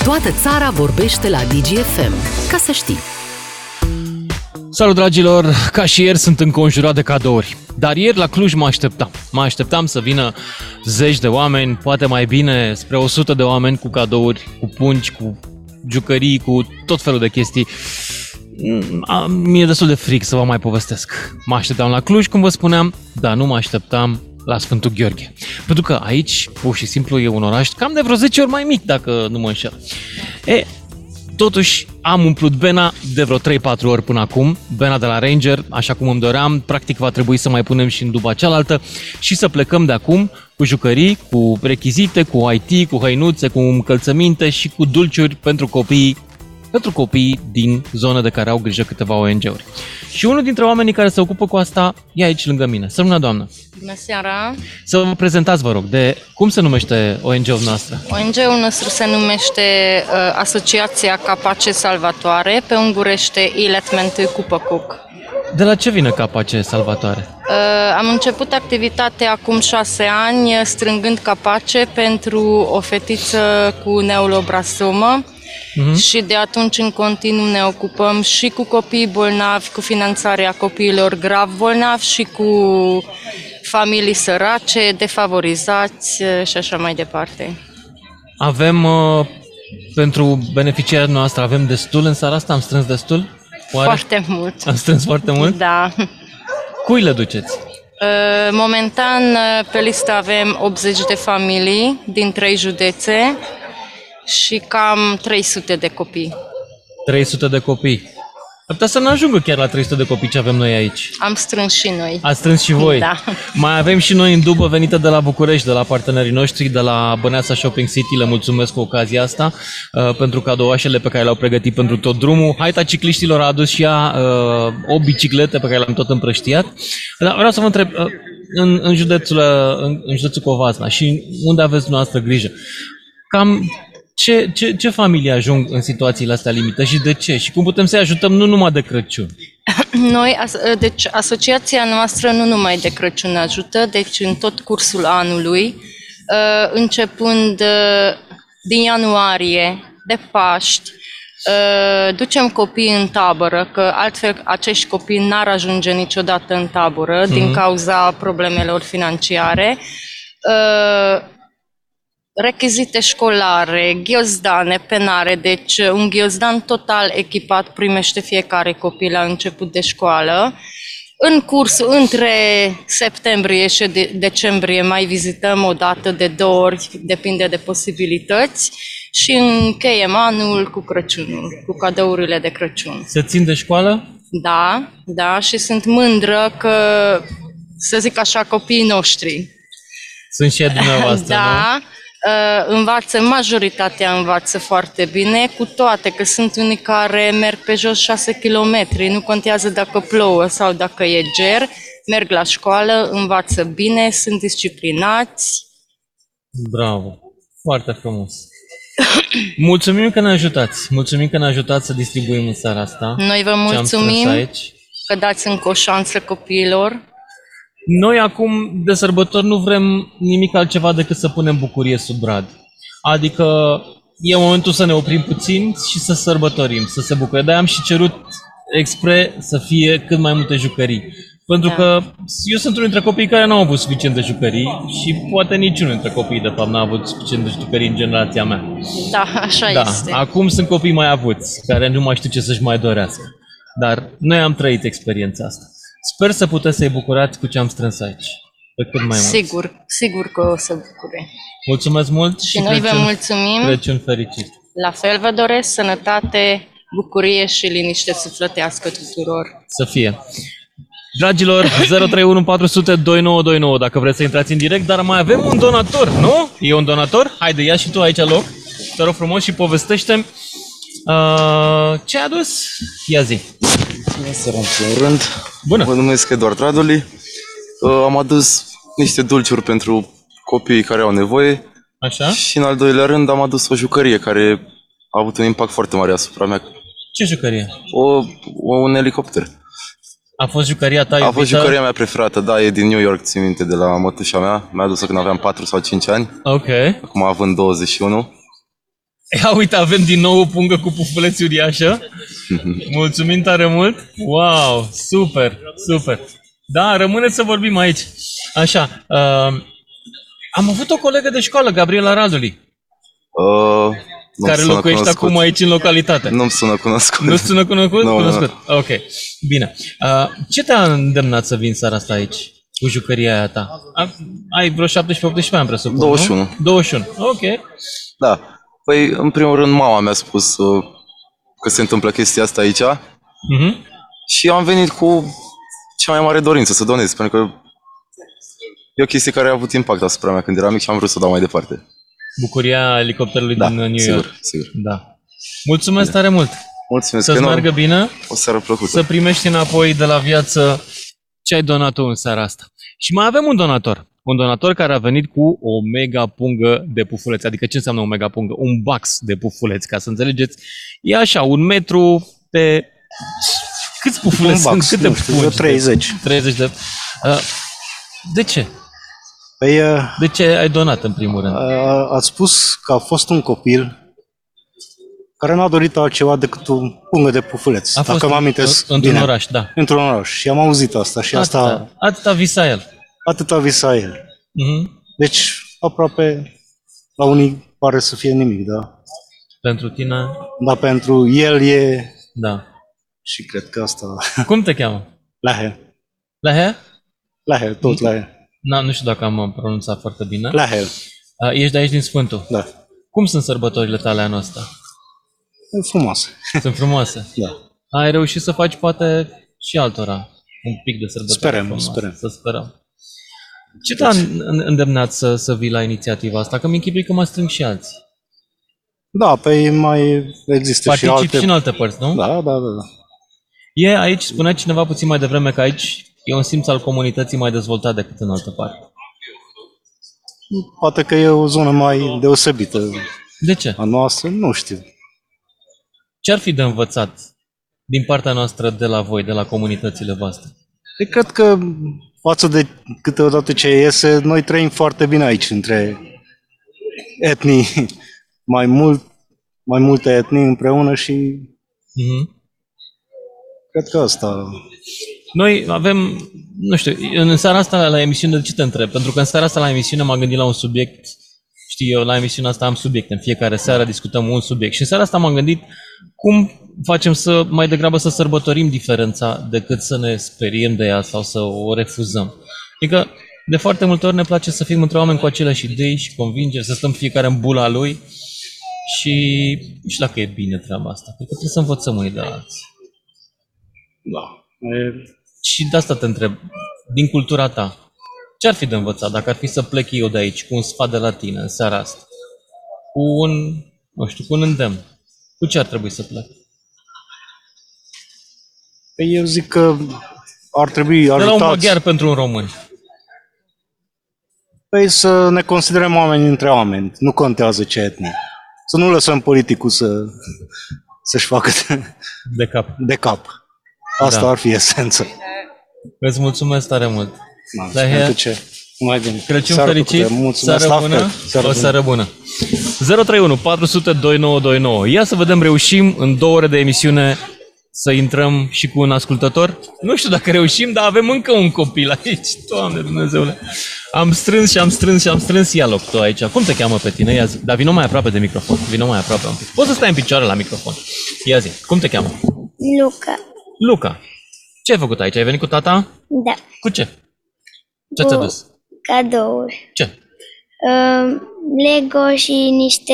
Toată țara vorbește la DGFM. Ca să știi!
Salut dragilor, ca și ieri sunt înconjurat de cadouri. Dar ieri la Cluj mă așteptam. Mă așteptam să vină zeci de oameni, poate mai bine spre 100 de oameni cu cadouri, cu pungi, cu jucării, cu tot felul de chestii. Mm, a- Mi-e destul de fric să vă mai povestesc. Mă așteptam la Cluj, cum vă spuneam, dar nu mă așteptam la Sfântul Gheorghe. Pentru că aici, pur și simplu, e un oraș cam de vreo 10 ori mai mic, dacă nu mă înșel. E, Totuși, am umplut Bena de vreo 3-4 ori până acum, Bena de la Ranger, așa cum îmi doream, practic va trebui să mai punem și în duba cealaltă și să plecăm de acum cu jucării, cu rechizite, cu IT, cu hăinuțe, cu încălțăminte și cu dulciuri pentru copiii pentru copiii din zona de care au grijă câteva ONG-uri. Și unul dintre oamenii care se ocupă cu asta e aici lângă mine. Să rămână, doamnă!
Bună seara!
Să vă prezentați, vă rog, de cum se numește ONG-ul noastră.
ONG-ul nostru se numește uh, Asociația Capace Salvatoare, pe ungurește Iletmentul Cupăcuc.
De la ce vine capace salvatoare?
Uh, am început activitatea acum șase ani, uh, strângând capace pentru o fetiță cu neulobrasomă.
Mhm.
Și de atunci în continuu ne ocupăm și cu copiii bolnavi, cu finanțarea copiilor grav bolnavi și cu familii sărace, defavorizați uh, și așa mai departe.
Avem, uh, pentru beneficiarii noastră, avem destul în seara asta? Am strâns destul?
Foarte mult.
Am strâns foarte mult?
Da.
Cui le duceți?
Uh, Momentan uh, pe listă avem 80 de familii din trei județe și cam 300 de copii.
300 de copii. Ar putea să ne ajungă chiar la 300 de copii ce avem noi aici.
Am strâns și noi.
Ați strâns și voi.
Da.
Mai avem și noi în dubă venită de la București, de la partenerii noștri, de la Băneasa Shopping City. Le mulțumesc cu ocazia asta uh, pentru cadouașele pe care le-au pregătit pentru tot drumul. Haita cicliștilor a adus și ea uh, o bicicletă pe care le-am tot împrăștiat. Dar vreau să vă întreb, uh, în, în, județul, uh, în, în județul Covasna și unde aveți dumneavoastră grijă, cam ce, ce, ce familii ajung în situațiile astea limită și de ce? Și cum putem să-i ajutăm nu numai de Crăciun?
Noi, as- deci asociația noastră nu numai de Crăciun ajută, deci în tot cursul anului, uh, începând uh, din ianuarie, de Paști, uh, ducem copiii în tabără, că altfel acești copii n-ar ajunge niciodată în tabără din
Mhm.
cauza problemelor financiare. Uh, rechizite școlare, ghiozdane, penare, deci un ghiozdan total echipat primește fiecare copil la început de școală. În curs, între septembrie și de- decembrie, mai vizităm o dată de două ori, depinde de posibilități, și încheiem anul cu Crăciunul, cu cadourile de Crăciun.
Se țin de școală?
Da, da, și sunt mândră că, să zic așa, copiii noștri
Sunt și ai dumneavoastră, nu?
da, uh, învață, majoritatea învață foarte bine, cu toate că sunt unii care merg pe jos 6 km, nu contează dacă plouă sau dacă e ger, merg la școală, învață bine, sunt disciplinați.
Bravo! Foarte frumos! Mulțumim că ne ajutați! Mulțumim că ne ajutați să distribuim în seara asta.
Noi vă
ce am strâns
mulțumim
aici.
că dați încă o șansă copiilor.
Noi acum, de sărbători, nu vrem nimic altceva decât să punem bucurie sub brad. Adică e momentul să ne oprim puțin și să sărbătorim, să se bucure. De-aia am și cerut expre să fie cât mai multe jucării. Pentru
Da.
că eu sunt unul dintre copiii care nu au avut suficient de jucării și poate niciunul dintre copiii, de fapt, n-a avut suficient de jucării în generația mea.
Da, așa
da,
este.
acum sunt copii mai avuți, care nu mai știu ce să-și mai dorească. Dar noi am trăit experiența asta. Sper să puteți să-i bucurați cu ce am strâns aici. Pe cât mai mult.
Sigur, sigur că o să bucure.
Mulțumesc mult și,
Și noi vă
Crăciun,
mulțumim.
Crăciun fericit.
La fel vă doresc sănătate, bucurie și liniște sufletească tuturor.
Să fie. Dragilor, 031 400 2929, dacă vreți să intrați în direct, dar mai avem un donator, nu? E un donator? Haide, ia și tu aici loc. Te rog frumos și povestește uh, ce ai adus. Ia zi.
Seara în primul rând. Bună! Mă numesc Eduard Radoli. Uh, Am adus niște dulciuri pentru copiii care au nevoie.
Așa.
Și în al doilea rând am adus o jucărie care a avut un impact foarte mare asupra mea.
Ce jucărie?
O, o un helicopter.
A fost jucăria ta
a fost
iubită?
jucăria mea preferată, da, e din New York, țin minte, de la mătușa mea. Mi-a adus-o când aveam 4 sau 5 ani,
Ok.
acum având 21.
Ia uite, avem din nou o pungă cu pufuleți uriașă. Mulțumim tare mult! Wow, super, super! Da, rămâneți să vorbim aici. Așa, uh, am avut o colegă de școală, Gabriela Raduli.
Uh, Nu-mi
care
sună
locuiești
cunoscut.
acum aici în localitate.
Nu-mi sună cunoscut.
Nu-ți sună cunoscut?
Nu, nu, nu.
cunoscut. Ok, bine. Uh, ce te-a îndemnat să vin seara asta aici? Cu jucăria aia ta. A- Ai vreo 17-18 ani, presupun,
21.
Nu? 21, ok.
Da. Păi, în primul rând, mama mi-a spus uh, că se întâmplă chestia asta aici
Mhm.
și am venit cu cea mai mare dorință să donez, pentru că e o chestie care a avut impact asupra mea când eram mic și am vrut să o dau mai departe.
Bucuria elicopterului
Da,
din New
sigur,
York.
sigur.
Da. Mulțumesc tare mult!
Mulțumesc
Să-ți
enorm.
meargă bine,
O seară plăcută.
să primești înapoi de la viață ce ai donat tu în seara asta. Și mai avem un donator. Un donator care a venit cu o mega pungă de pufuleți. Adică ce înseamnă o mega pungă? Un bax de pufuleți, ca să înțelegeți. E așa, un metru pe... Câți
Un
pufuleți
bax,
sunt? Câte
nu știu,
pungi?
vreo 30.
30 de... Uh, De ce?
Păi,
de ce ai donat în primul rând?
Ați spus că a fost un copil care n-a dorit altceva decât o pungă de pufuleț,
A fost
dacă mă amintesc
în- într-un
bine.
oraș, da.
Într-un oraș. Și am auzit asta și asta...
Atâta, atâta visa el.
Atâta visa el.
Mhm.
Deci, aproape, la unii pare să fie nimic, da?
Pentru tine?
Dar pentru el e...
Da.
Și cred că asta...
Cum te cheamă?
Lahe.
Lahe?
Lahe, tot
Mm-hmm.
Lahe.
Na, nu știu dacă am uh, pronunțat foarte bine.
Lahe.
Uh, Ești de aici din Sfântul?
Da.
Cum sunt sărbătorile tale anul ăsta?
E frumos.
Sunt frumoase?
Da.
Ai reușit să faci poate și altora un pic de sărbătoare
Sperăm,
frumoasă,
sperăm. Deci-
Să sperăm. Ce te-a în- în- îndemnat să, să vii la inițiativa asta? Că mi închipui că mă strâng și alții.
Da, pe mai există și
Particip
alte...
și în alte părți, nu?
Da, da, da. da.
E aici, spunea cineva puțin mai devreme că aici e un simț al comunității mai dezvoltat decât în altă parte.
Poate că e o zonă mai deosebită.
De ce?
A noastră, nu știu.
Ce ar fi de învățat din partea noastră de la voi, de la comunitățile voastre?
Eu cred că față de câteodată ce iese, noi trăim foarte bine aici, între etnii, mai mult, mai multe etnii împreună și
Mhm.
cred că asta.
Noi avem, nu știu, în seara asta la emisiune, de ce te întreb? Pentru că în seara asta la emisiune m-am gândit la un subiect, știi eu, la emisiunea asta am subiecte, în fiecare seară discutăm un subiect și în seara asta m-am gândit cum facem să mai degrabă să sărbătorim diferența decât să ne speriem de ea sau să o refuzăm. Adică de foarte multe ori ne place să fim între oameni cu aceleași idei și convingeri, să stăm fiecare în bula lui și nu știu dacă e bine treaba asta. Cred că trebuie să învățăm unii de la alții.
Da. E...
Și de asta te întreb, din cultura ta, ce ar fi de învățat dacă ar fi să plec eu de aici cu un sfat de la tine în seara asta? Cu un, nu știu, cu un îndemn. Cu ce ar trebui să plec?
Păi Eu zic că ar trebui
De la un
ajutați
maghiar pentru un român.
păi să ne considerăm oameni între oameni. Nu contează ce etnie. Să nu lăsăm politicul să, să-și facă
de cap.
De cap. Asta
Da.
ar fi esența.
Îți mulțumesc tare mult.
Da,
Daher-
pentru ce? Mai bine.
Crăciun
Seară
fericit,
plăcută. Mulțumesc,
seară
la
bună,
fel.
o seară bună. 031 400 2929. Ia să vedem, reușim în două ore de emisiune să intrăm și cu un ascultător? Nu știu dacă reușim, dar avem încă un copil aici. Doamne Dumnezeule! Am strâns și am strâns și am strâns. Ia loc tu aici. Cum te cheamă pe tine? Ia zi. Dar vino mai aproape de microfon. Vino mai aproape un pic. Poți să stai în picioare la microfon. Ia zi. Cum te cheamă?
Luca.
Luca. Ce ai făcut aici? Ai venit cu tata?
Da.
Cu ce? Ce ți-a
Cu
dus?
Cadouri.
Ce?
Uh, Lego și niște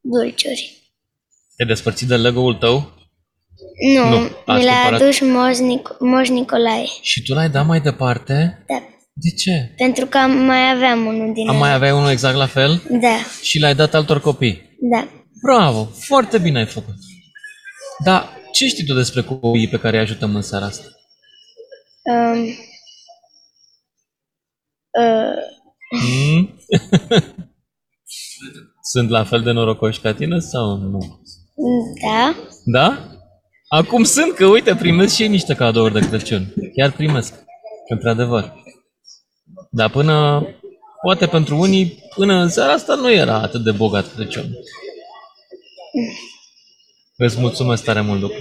dulciuri.
Te-ai despărțit de Lego-ul tău?
Nu,
Nu,
mi
ați
l-a
cumpărat-
adus Moș, Nic- Moș Nicolae.
Și tu l-ai dat mai departe?
Da.
De ce?
Pentru că mai aveam unul din
Am mai
ăla.
avea unul exact la fel
Da,
și l-ai dat altor copii.
da.
Bravo! Foarte bine ai făcut. Dar ce știi tu despre copiii pe care îi ajutăm în seara asta?
Um, uh,
Hmm? Sunt la fel de norocoși ca tine sau nu? Mm.
da,
Da? Acum sunt că, uite, primesc și ei niște cadouri de Crăciun. Chiar primesc. Într-adevăr. Dar până, poate pentru unii, până în seara asta nu era atât de bogat Crăciun. Îți mulțumesc tare mult, Luca.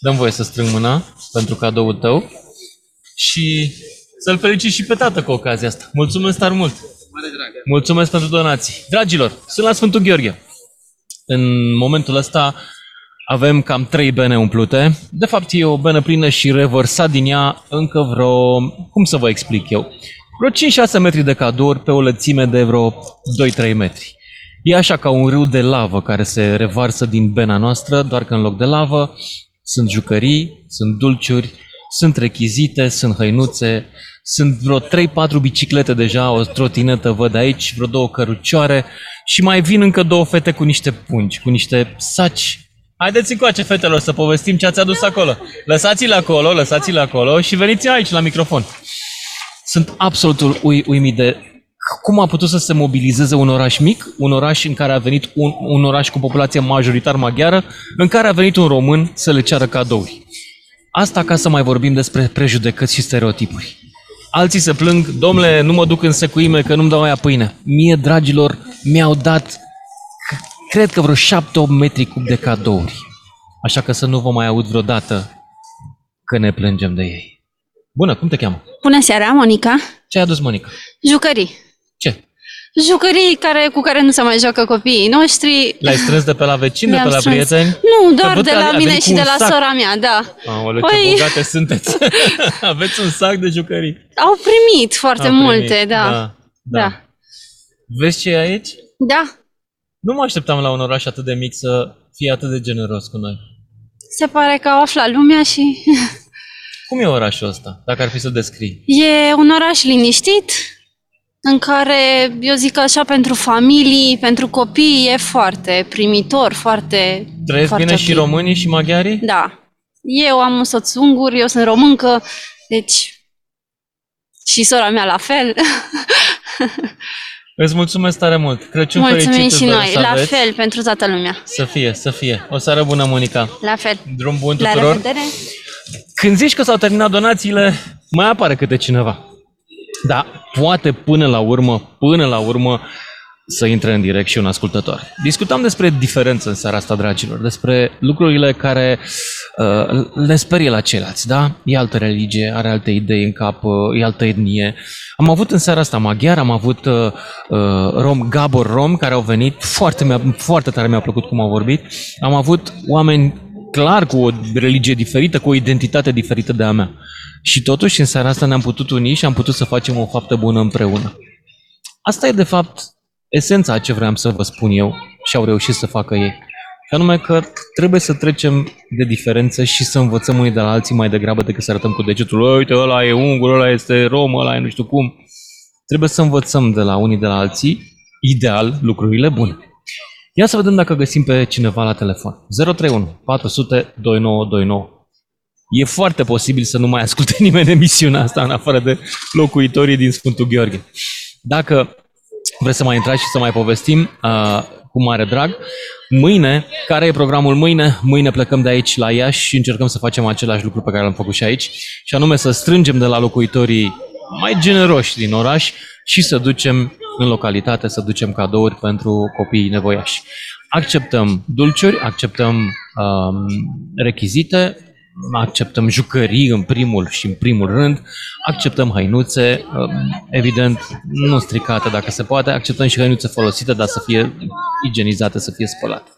Dăm voie să strâng mâna pentru cadoul tău și să-l felicit și pe tată cu ocazia asta. Mulțumesc tare mult!
Mare drag.
Mulțumesc pentru donații. Dragilor, sunt la Sfântul Gheorghe. în momentul ăsta avem cam 3 bene umplute. De fapt, e o benă plină și revărsat din ea încă vreo, cum să vă explic eu, vreo 5-6 metri de cadouri pe o lățime de vreo 2-3 metri. E așa ca un râu de lavă care se revarsă din bena noastră, doar că în loc de lavă sunt jucării, sunt dulciuri, sunt rechizite, sunt hăinuțe, sunt vreo 3-4 biciclete deja, o trotinetă văd aici, vreo două cărucioare și mai vin încă două fete cu niște pungi, cu niște saci. Haideți încoace, fetelor, să povestim ce ați adus acolo. Lăsați-le acolo, lăsați-le acolo și veniți aici la microfon. Sunt absolut ui, uimit de cum a putut să se mobilizeze un oraș mic, un oraș în care a venit un, un oraș cu populație majoritar maghiară, în care a venit un român să le ceară cadouri. Asta ca să mai vorbim despre prejudecăți și stereotipuri. Alții se plâng, domnule, nu mă duc în secuime că nu-mi dau aia pâine. Mie, dragilor, mi-au dat, c- cred că vreo 7-8 metri cub de cadouri. Așa că să nu vă mai aud vreodată că ne plângem de ei. Bună, cum te cheamă?
Bună seara, Monica.
Ce ai adus, Monica?
Jucării.
Ce?
Jucării care, cu care nu se mai joacă copiii noștri.
L-ai strâns de pe la vecini, de
Le-am
pe la
strâns.
prieteni?
Nu,
Te
doar
văd
de
că a-
la
a
mine
venit
și
cu
de
un
la
sac.
sora mea, da.
Aoleu, ce
Păi-
bogate sunteți! Aveți un sac de jucării.
Au primit foarte
Am primit,
multe, da.
da.
Da.
Vezi ce e aici?
Da,
Nu mă așteptam la un oraș atât de mic să fie atât de generos cu noi.
se pare că au aflat lumea și...
Cum e orașul ăsta, dacă ar fi să descrii?
E un oraș liniștit, în care, eu zic așa, pentru familii, pentru copii, e foarte primitor, foarte...
Trăiesc
foarte
bine și românii și maghiarii?
Da. Eu am un soț ungur, eu sunt româncă, deci... Și sora mea la fel.
Îți mulțumesc tare mult! Crăciun
Mulțumim
fericit îți
și
doresc
noi.
să
La
aveți.
fel, pentru toată lumea.
Să fie, să fie. O seară bună, Monica!
La fel.
Drum bun
La
tuturor!
revedere.
Când zici că s-au terminat donațiile, mai apare câte cineva. Da, poate până la urmă, până la urmă, să intre în direct și un ascultător. Discutam despre diferență în seara asta, dragilor, despre lucrurile care uh, le sperie la ceilalți, da? E altă religie, are alte idei în cap, uh, e altă etnie. Am avut în seara asta maghiar, am avut uh, uh, rom, Gabor Rom, care au venit, foarte, mi-a, foarte tare mi-a plăcut cum au vorbit. Am avut oameni clar cu o religie diferită, cu o identitate diferită de a mea. Și totuși în seara asta ne-am putut uni și am putut să facem o faptă bună împreună. Asta e de fapt esența a ce vreau să vă spun eu și au reușit să facă ei. Și anume că trebuie să trecem de diferențe și să învățăm unii de la alții mai degrabă decât să arătăm cu degetul. "Ă, Uite, ăla e ungur, ăla este rom, ăla e nu știu cum. Trebuie să învățăm de la unii de la alții, ideal, lucrurile bune. Ia să vedem dacă găsim pe cineva la telefon. 031 400 2929. E foarte posibil să nu mai asculte nimeni emisiunea asta în afară de locuitorii din Sfântul Gheorghe. Dacă vreți să mai intrați și să mai povestim, uh, cu mare drag, mâine, care e programul mâine? Mâine plecăm de aici la Iași și încercăm să facem același lucru pe care l-am făcut și aici, și anume să strângem de la locuitorii mai generoși din oraș și să ducem în localitate, să ducem cadouri pentru copiii nevoiași. Acceptăm dulciuri, acceptăm um, rechizite, acceptăm jucării în primul și în primul rând, acceptăm hăinuțe, uh, evident, nu stricate dacă se poate, acceptăm și hăinuțe folosite, dar să fie igienizate, să fie spălate.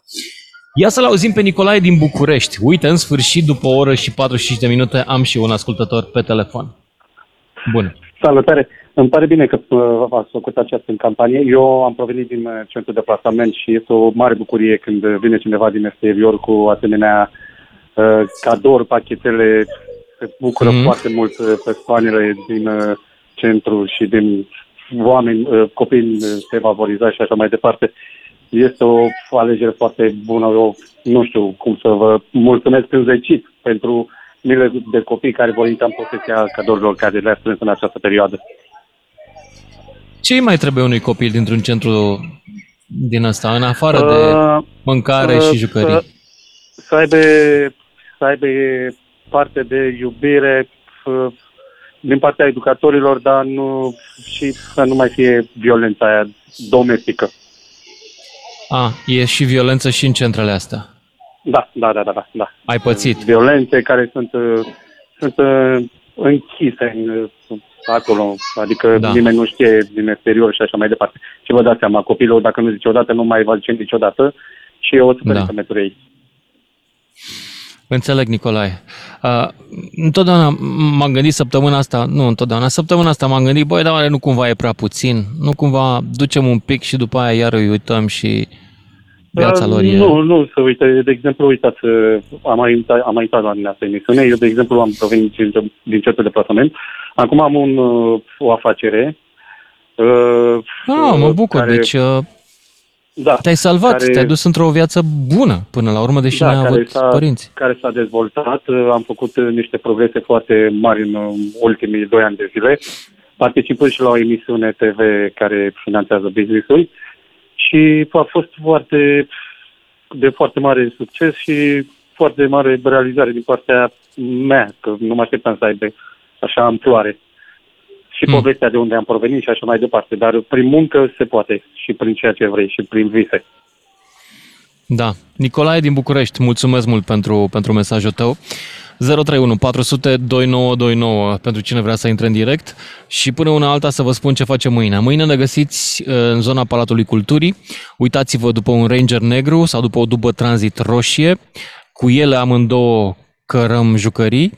Ia să-l auzim pe Nicolae din București. Uite, în sfârșit, după o oră și 45 de minute, am și un ascultător pe telefon. Bun.
Salutare! Îmi pare bine că uh, ați făcut această campanie. Eu am provenit din uh, centru de plasament și este o mare bucurie când uh, vine cineva din exterior cu asemenea uh, cadouri, pachetele. Se bucură
Mhm.
mm. foarte mult uh, persoanele din uh, centru și din oameni, uh, copii defavorizați și așa mai departe. Este o alegere foarte bună. Eu nu știu cum să vă mulțumesc înzecit pentru mile de copii care vor intra în posesia cadourilor care le-a strâns în această perioadă.
Ce îi mai trebuie unui copil dintr-un centru din ăsta, în afară de
Uh,
mâncare
uh,
și jucării?
Să, să, aibă, să aibă parte de iubire uh, din partea educatorilor, dar nu, și să nu mai fie violența aia domestică.
A, Ah, e și violență și în centrele astea.
Da, da, da, da, da. da.
Ai pățit.
Violențe care sunt, uh, sunt uh, închise în, uh, acolo, adică
Da.
da. nimeni nu știe din exterior și așa mai departe. Și vă dați seama, copilul dacă nu zice odată, nu mai va zice niciodată și e o suferință da. pentru ei.
Înțeleg, Nicolae. Uh, întotdeauna m-am gândit săptămâna asta, nu întotdeauna, săptămâna asta m-am gândit, băi, dar oare nu cumva e prea puțin? Nu cumva ducem un pic și după aia iar îi uităm și viața
Dar
lor e...
Uh, Nu, nu, să uite, de exemplu, uitați, uh, am mai uitat, am mai uitat la mine asta emisiune, eu, de exemplu, am provenit din, din centru de plasament, acum am un, uh, o afacere, uh,
Ah, mă bucur,
care-
deci uh,
da,
te-ai salvat,
care- Da,
te-ai dus într-o viață bună până la urmă, deși n-ai
Exact, care
avut
s-a-
părinți.
Care s-a dezvoltat. Uh, Am făcut uh, niște progrese foarte mari în uh, ultimii doi ani de zile, participând și la o emisiune TV care finanțează business-ul și a fost foarte, de foarte mare succes și foarte mare realizare din partea mea, că nu mă așteptam să aibă așa amploare. Și
Hmm.
povestea de unde am provenit și așa mai departe, dar prin muncă se poate și prin ceea ce vrei și prin vise.
Da. Nicolae din București, mulțumesc mult pentru, pentru mesajul tău. 031 400 2929 pentru cine vrea să intre în direct și până una alta să vă spun ce facem mâine. Mâine ne găsiți uh, în zona Palatului Culturii. Uitați-vă după un Ranger negru sau după o dubă tranzit roșie. Cu ele amândouă cărăm jucării.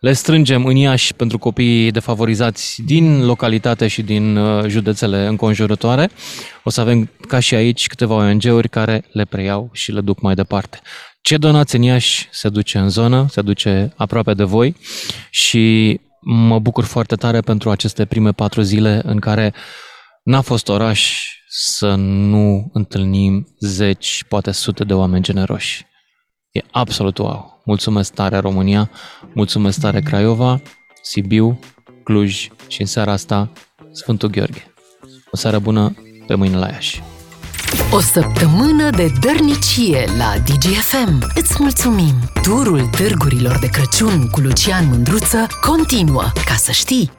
Le strângem în Iași pentru copiii defavorizați din localitate și din uh, județele înconjurătoare. O să avem ca și aici câteva ONG-uri care le preiau și le duc mai departe. Ce donați în Iași se duce în zonă, se duce aproape de voi și mă bucur foarte tare pentru aceste prime patru zile în care n-a fost oraș să nu întâlnim zeci, poate sute de oameni generoși. E absolut wow. Mulțumesc tare România, mulțumesc tare Craiova, Sibiu, Cluj și în seara asta Sfântul Gheorghe. O seară bună, pe mâine la Iași.
O săptămână de dărnicie la DGFM. Îți mulțumim! Turul târgurilor de Crăciun cu Lucian Mândruță continuă, ca să știi!